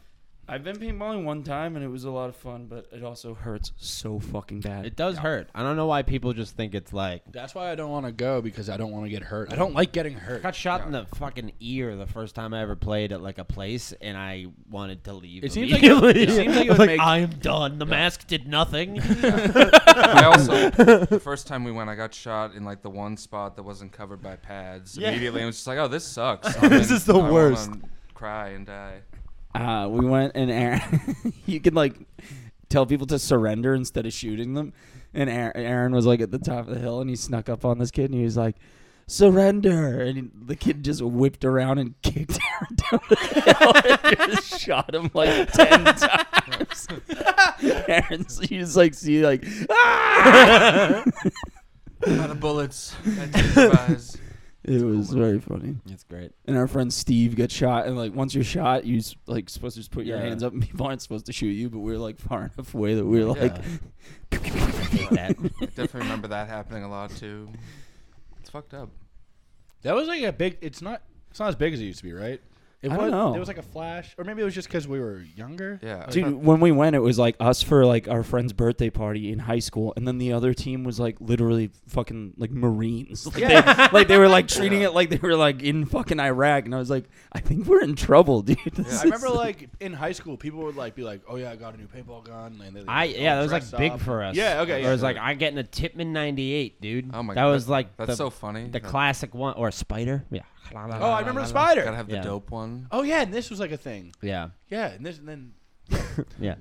S1: I've been paintballing one time and it was a lot of fun, but it also hurts so fucking bad.
S3: It does hurt. I don't know why people just think it's like
S2: That's why I don't want to go because I don't want to get hurt. I don't like getting hurt.
S3: got shot in the fucking ear the first time I ever played at like a place, and I wanted to leave.
S2: It seems like it-
S3: immediately.
S2: it seems like it
S3: I
S2: would
S3: was like
S2: make-
S3: I am done. The mask did nothing.
S4: I also the first time we went, I got shot in like the one spot that wasn't covered by pads.
S3: Yeah.
S4: Immediately, I was just like, "Oh, this sucks."
S3: This is the
S4: I wanna
S3: worst.
S4: Cry and die.
S1: Uh, we went and Aaron, you can like tell people to surrender instead of shooting them. And Aaron, Aaron was like at the top of the hill and he snuck up on this kid and he was like, surrender. And he- the kid just whipped around and kicked Aaron down the hill and just shot him like 10 times. Aaron's, you just like see like, ah!
S4: A lot of bullets. That's
S1: It was very funny.
S3: it's great.
S1: and our friend Steve got shot. And like once you're shot, you s- like supposed to just put your
S3: Yeah.
S1: hands up, and people aren't supposed to shoot you. But we are like far enough away that we are
S3: Yeah.
S1: like,
S3: Uh, Hate that.
S4: I definitely remember that happening a lot too. It's fucked up.
S2: That was like a big. It's not. It's not as big as it used to be, right? It
S1: I don't
S2: was,
S1: know.
S2: It was like a flash, or maybe it was just because we were younger.
S4: Yeah.
S1: dude. When we went, it was like us for like our friend's birthday party in high school, and then the other team was like literally fucking like Marines. Like, they, like they were like treating it like they were like in fucking Iraq, and I was like, I think we're in trouble, dude. This
S2: I
S1: is-
S2: remember like in high school, people would like be like, "Oh yeah, I got a new paintball gun." And they,
S3: I yeah, that was like
S2: dressed
S3: big
S2: up.
S3: for us.
S2: Yeah, okay,
S3: It
S2: yeah.
S3: was like I'm getting a Tipman '98, dude.
S4: Oh my
S3: that
S4: God.
S3: was like
S4: That's
S3: the,
S4: so funny.
S3: The
S4: That-
S3: classic one or a spider. Yeah.
S2: Oh, I remember the spider.
S4: Gotta have the
S3: Yeah.
S4: dope one.
S2: Oh yeah, and this was like a thing.
S3: Yeah.
S2: Yeah, and this and then
S3: Yeah.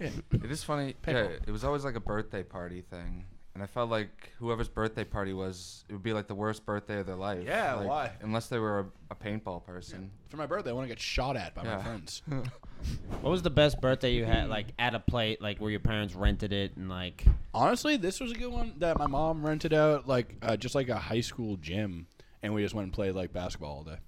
S2: yeah.
S4: It is funny. Yeah,
S2: Pickle.
S4: it was always like a birthday party thing. And I felt like whoever's birthday party was, it would be like the worst birthday of their life.
S2: Yeah,
S4: Like,
S2: why?
S4: Unless they were a, a paintball person.
S2: for my birthday, I want to get shot at by my
S4: Yeah.
S2: friends.
S3: What was the best birthday you had? Like at a plate, like where your parents rented it and like.
S2: Honestly, this was a good one that my mom rented out, like uh, just like a high school gym, and we just went and played like basketball all day.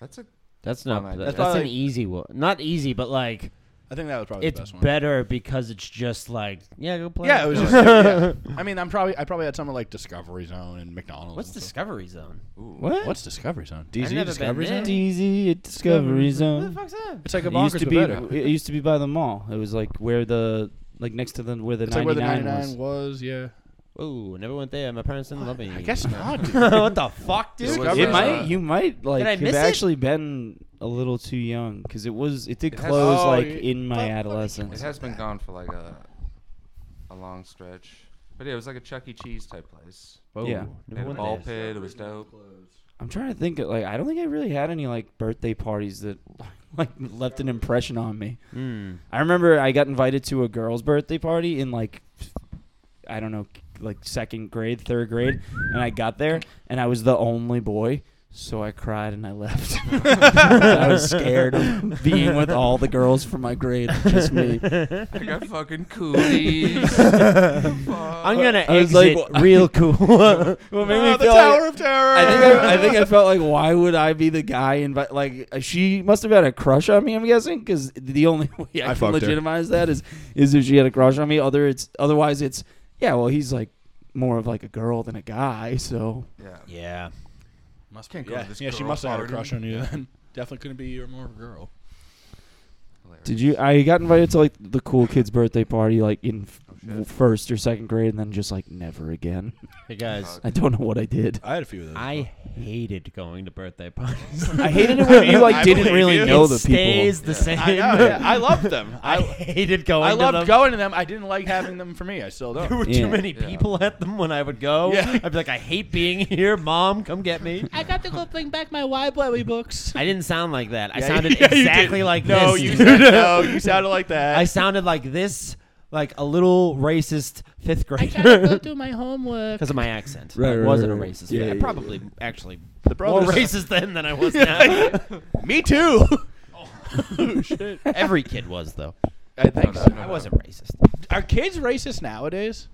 S4: That's a
S3: That's not.
S4: Fun idea.
S3: That's,
S4: That's
S2: probably
S3: an
S2: like-
S3: easy one. Not easy, but like
S2: I think that was probably the
S3: it's
S2: best one.
S3: better because it's just like yeah, go play.
S2: Yeah, it was just. yeah. I mean, I'm probably I probably had somewhere like Discovery Zone and McDonald's.
S3: What's
S2: and stuff.
S3: Discovery Zone?
S1: What?
S2: What's Discovery Zone?
S3: I've never been
S2: Discovery
S3: there.
S2: Zone.
S1: DZ at Discovery
S3: Who the
S1: Zone.
S3: fuck's that?
S2: It's like a
S1: It used
S2: bonkers
S1: to
S2: but
S1: be.
S2: better.
S1: It used to be by the mall. It was like where the like next to the where the
S2: It's like where the
S1: 99
S2: 99 was.
S1: was.
S2: yeah.
S3: Oh, never went there. My parents didn't love me.
S2: I guess not. dude.
S3: what the fuck, dude?
S4: It was,
S1: It
S4: uh,
S1: might you might like
S3: I
S1: have
S3: miss it?
S1: actually been a little too young because it was it did
S4: It has-
S1: close
S2: Oh,
S1: like
S2: yeah.
S1: in
S2: Fuck,
S1: my
S2: fuck.
S4: It
S1: adolescence.
S4: has been gone for like a a long stretch. But yeah, it was like a Chuck E. Cheese type place.
S3: Whoa,
S1: Yeah.
S4: They had
S3: never
S4: a
S3: went
S4: ball
S3: there.
S4: pit. It was dope.
S1: I'm trying to think of, like I don't think I really had any like birthday parties that like left an impression on me.
S3: Hmm.
S1: I remember I got invited to a girl's birthday party in like I don't know like second grade, third grade, and I got there and I was the only boy. So I cried and I left. I was scared of being with all the girls from my grade, just me.
S4: I got fucking coolies.
S3: I'm gonna
S1: I was
S3: exit
S1: like,
S3: real cool.
S1: What
S2: Oh, the Tower of Terror.
S1: I think I, I think I felt like why would I be the guy invite like she must have had a crush on me I'm guessing because the only way I,
S2: I
S1: can
S2: fucked her.
S1: legitimize that is is if she had a crush on me other it's otherwise it's yeah well he's like more of like a girl than a guy so
S4: yeah.
S3: yeah.
S2: must
S4: Can't go
S2: yeah,
S4: to this
S2: yeah she
S4: girl
S2: must have had a
S4: party.
S2: crush on you then. Definitely couldn't be your more of a girl.
S4: hilarious.
S1: did you I got invited to like the cool kids birthday party like in f-
S4: shit.
S1: first or second grade and then just like never again
S3: Hey guys,
S1: I don't know what I did
S2: I had a few of those.
S3: I hated going to birthday parties.
S1: I hated it when you like
S2: I
S1: didn't
S2: believe
S1: really
S2: you.
S1: know
S3: it
S1: the
S3: stays the same.
S2: I, know, yeah, I loved them.
S3: I
S2: I,
S3: hated going.
S2: I
S3: to
S2: loved
S3: them.
S2: going to them. I didn't like having them for me. I still
S3: There
S2: don't.
S3: were too
S1: Yeah.
S3: many
S4: Yeah.
S3: people at them when I would go.
S2: Yeah.
S3: I'd be like, I hate being here, mom. Come get me.
S2: I got to go bring back my Y Boy books.
S3: I didn't sound like that. I
S2: Yeah, you-
S3: sounded
S2: yeah, you
S3: exactly
S2: did.
S3: like
S2: No,
S3: this.
S2: you
S3: dude.
S2: sounded, no, you sounded like that.
S3: I sounded like this, like a little racist fifth grader.
S2: do my homework.
S3: Because of my accent.
S1: Right,
S3: I
S1: right,
S3: wasn't
S1: right,
S3: a
S1: right.
S3: racist.
S1: Yeah,
S3: I
S1: yeah,
S3: probably actually
S2: The
S3: more
S2: brothers.
S3: racist then than I was now.
S2: Me too.
S3: Every kid was, though.
S2: I think
S4: No, no,
S2: so.
S4: no.
S3: I wasn't racist.
S2: Are kids racist nowadays?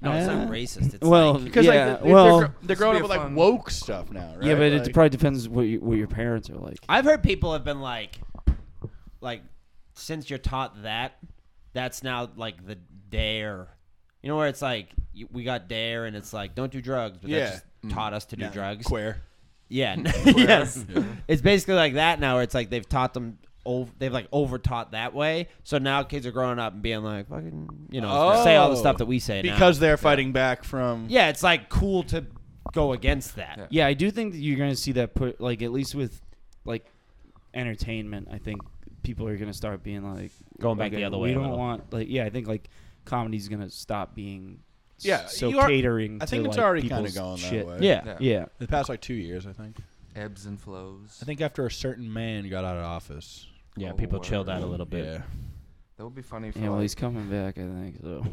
S3: No, it's
S1: Uh,
S3: not racist. It's
S1: people well
S3: like,
S2: Because
S1: yeah
S2: like they- they're,
S1: well
S2: gr- they're
S4: This
S2: growing up with
S4: would be a
S2: like
S4: fun-
S2: woke stuff now, right?
S1: yeah but
S2: Like-
S1: it probably depends what you, what your parents are like
S3: I've heard people have been like, like, since you're taught that, that's now like the dare. You know where it's like you, we got dare, and it's like don't do drugs, but
S2: Yeah.
S3: that just taught us to do
S2: Nah,
S3: drugs.
S2: Queer.
S3: Yeah. yes. It's basically like that now. Where it's like they've taught them. Over, they've like overtaught that way, so now kids are growing up and being like, "Fucking," you know, say all the
S2: Oh.
S3: stuff that we say now.
S2: Because they're fighting back from.
S3: yeah, it's like cool to go against that.
S4: Yeah.
S1: Yeah, I do think that you're going to see that put like at least with like entertainment. I think people are going to start being like
S3: Going back the
S1: okay,
S3: other
S1: We
S3: way a
S1: don't
S3: little.
S1: want like yeah. I think like comedy's going to stop being s-
S2: Yeah,
S1: so
S2: you are-
S1: catering.
S2: I think
S1: to,
S2: it's
S1: like,
S2: already kind of
S1: people's
S2: going
S1: shit.
S2: that way.
S3: Yeah.
S4: Yeah.
S1: Yeah,
S2: The past like two years, I think.
S4: Ebbs and flows.
S2: I think after a certain man got out of office.
S3: Yeah,
S4: Oh,
S3: people chilled
S4: word.
S3: out a little bit.
S2: Yeah.
S4: that would be funny for
S1: yeah. Well,
S4: like,
S1: he's coming back. I think so.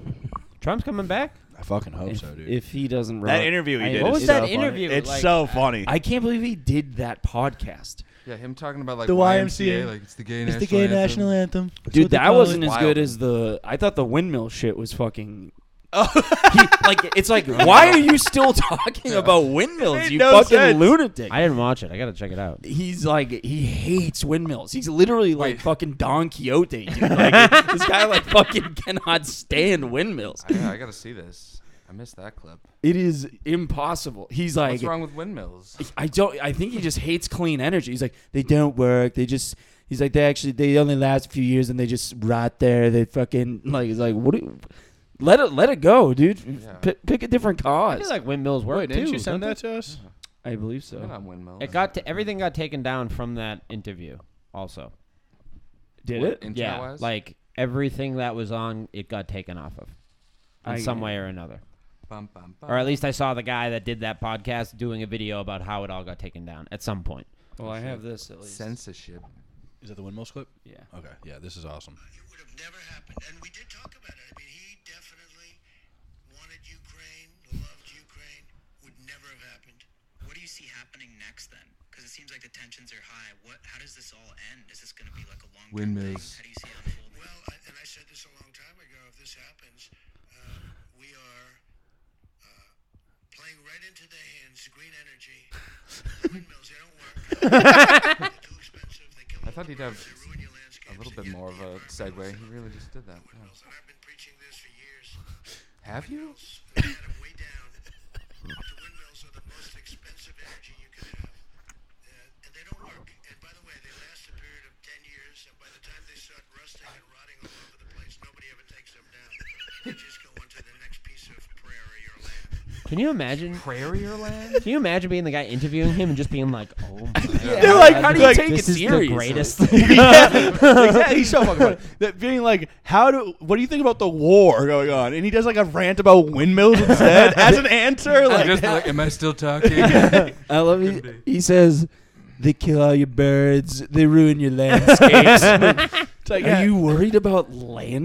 S3: Trump's coming back.
S2: I fucking hope
S1: if,
S2: so, dude.
S1: if he doesn't, rock,
S2: that interview he
S1: I-
S2: did.
S3: what
S2: is
S3: was
S2: so
S3: that
S2: funny.
S3: interview?
S2: It's
S3: Like,
S2: so funny.
S1: I can't believe he did that podcast,
S4: yeah, him talking about like
S2: The
S4: YMCA,
S2: YMCA.
S4: like it's the gay
S2: It's
S4: national
S2: the gay
S4: anthem.
S2: national anthem. That's
S1: dude.
S2: what they
S1: That
S2: call
S1: wasn't
S2: it.
S1: as
S4: Wild.
S1: good as the. I thought the windmill shit was fucking.
S2: Oh,
S1: He, like it's like why are you still talking about windmills?
S2: Made
S1: You
S2: no
S1: fucking
S2: sense.
S1: lunatic.
S3: I didn't watch it. I gotta check it out.
S1: he's like he hates windmills. He's literally like
S4: Wait.
S1: fucking Don Quixote. Dude. Like, this guy like fucking cannot stand windmills.
S4: I, I gotta see this. I missed that clip.
S1: It is impossible. He's like
S4: What's wrong with windmills?
S1: I don't I think he just hates clean energy. He's like they don't work. They just he's like they actually they only last a few years and they just rot there. They fucking like he's like what do you, let it let it go, dude.
S4: Yeah.
S1: P- pick a different
S3: I feel
S1: cause.
S3: like windmills work
S2: wait,
S3: too.
S2: didn't you send
S3: don't
S2: that to us?
S1: I believe
S4: They're
S1: so.
S4: not windmills.
S3: they? It got to, everything got taken down from that interview. Also,
S1: Did
S4: What,
S1: it?
S4: internet
S3: yeah,
S4: wise?
S3: like everything that was on, it got taken off of in
S1: I-
S3: some way or another.
S4: Bum, bum, bum.
S3: Or at least I saw the guy that did that podcast doing a video about how it all got taken down at some point.
S1: Well, I have this at least.
S4: censorship.
S2: Is that the windmill clip?
S1: Yeah.
S2: Okay. Yeah, this is awesome.
S5: it would have never happened. And we did talk about it. I mean, he definitely wanted Ukraine, loved Ukraine. Would never have happened.
S6: What do you see happening next then? Because it seems like the tensions are high. What? How does this all end? Is this going to be like a long
S4: Windmills.
S6: How do you see it unfolding?
S5: Well, I, and I said this a long time ago. If this happens, uh, we are uh, playing right into their hands. Green energy, windmills. They don't work. They're too expensive.
S4: I thought he'd have
S5: ruin your landscapes
S4: a little bit
S5: and your
S4: more of a segue. He really just did that. yeah.
S5: woodmills, and I've been preaching this for years.
S4: Have you?
S5: We had 'em way down. But the windmills are the most expensive energy you can have. Uh, and they don't work. And by the way, they last a period of 10 years, and by the time they start rusting and rotting all over the place, nobody ever takes them down. They just go onto the next piece of prairie or land.
S3: Can you imagine?
S4: Prairie or land?
S3: Can you imagine being the guy interviewing him and just being like, "Oh my god,
S2: They're like, how do you
S3: this
S2: take
S3: is
S2: it seriously?
S3: the greatest."
S2: yeah, exactly. He's so fucking funny. That being like, how do? What do you think about the war going on? And he does like a rant about windmills instead as an answer. Like,
S4: Just like, am I still talking?
S1: I love
S4: Could
S1: he, he says they kill all your birds, they ruin your landscapes. Like,
S2: it's like,
S1: Are you worried about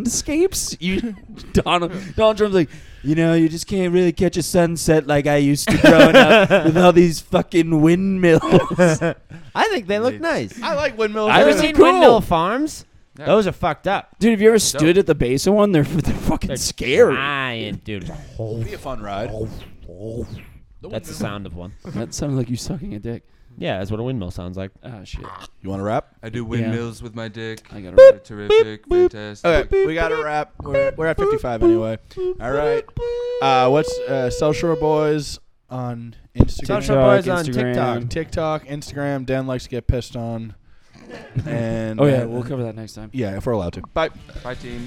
S1: landscapes? You Donald Donald Trump's like, you know, you just can't really catch a sunset like I used to growing up with all these fucking windmills.
S3: I think they look nice.
S2: I like windmills.
S3: I've
S1: those
S3: ever
S1: are
S3: seen
S1: cool.
S3: windmill farms.
S4: Yeah.
S3: Those are fucked up.
S1: Dude, have you ever stood at the base of one? They're, they're fucking scary.
S3: Giant, dude.
S2: It'd be a fun ride.
S3: That's the sound of one.
S1: That sounded like you sucking a dick.
S3: Yeah, that's what a windmill sounds like.
S1: Oh shit.
S2: You want to rap?
S4: I do windmills with my dick.
S1: I gotta
S4: They're terrific, fantastic.
S2: Okay, we got to wrap. We're, we're at 55 anyway. All right. Uh, what's uh, South Shore Boys on Instagram?
S3: Social
S1: TikTok,
S3: boys on
S1: Instagram.
S3: TikTok.
S2: TikTok, Instagram. Dan likes to get pissed on. And
S1: Oh yeah, we'll cover that next time.
S2: Yeah, if we're allowed to. Bye.
S4: Bye, team.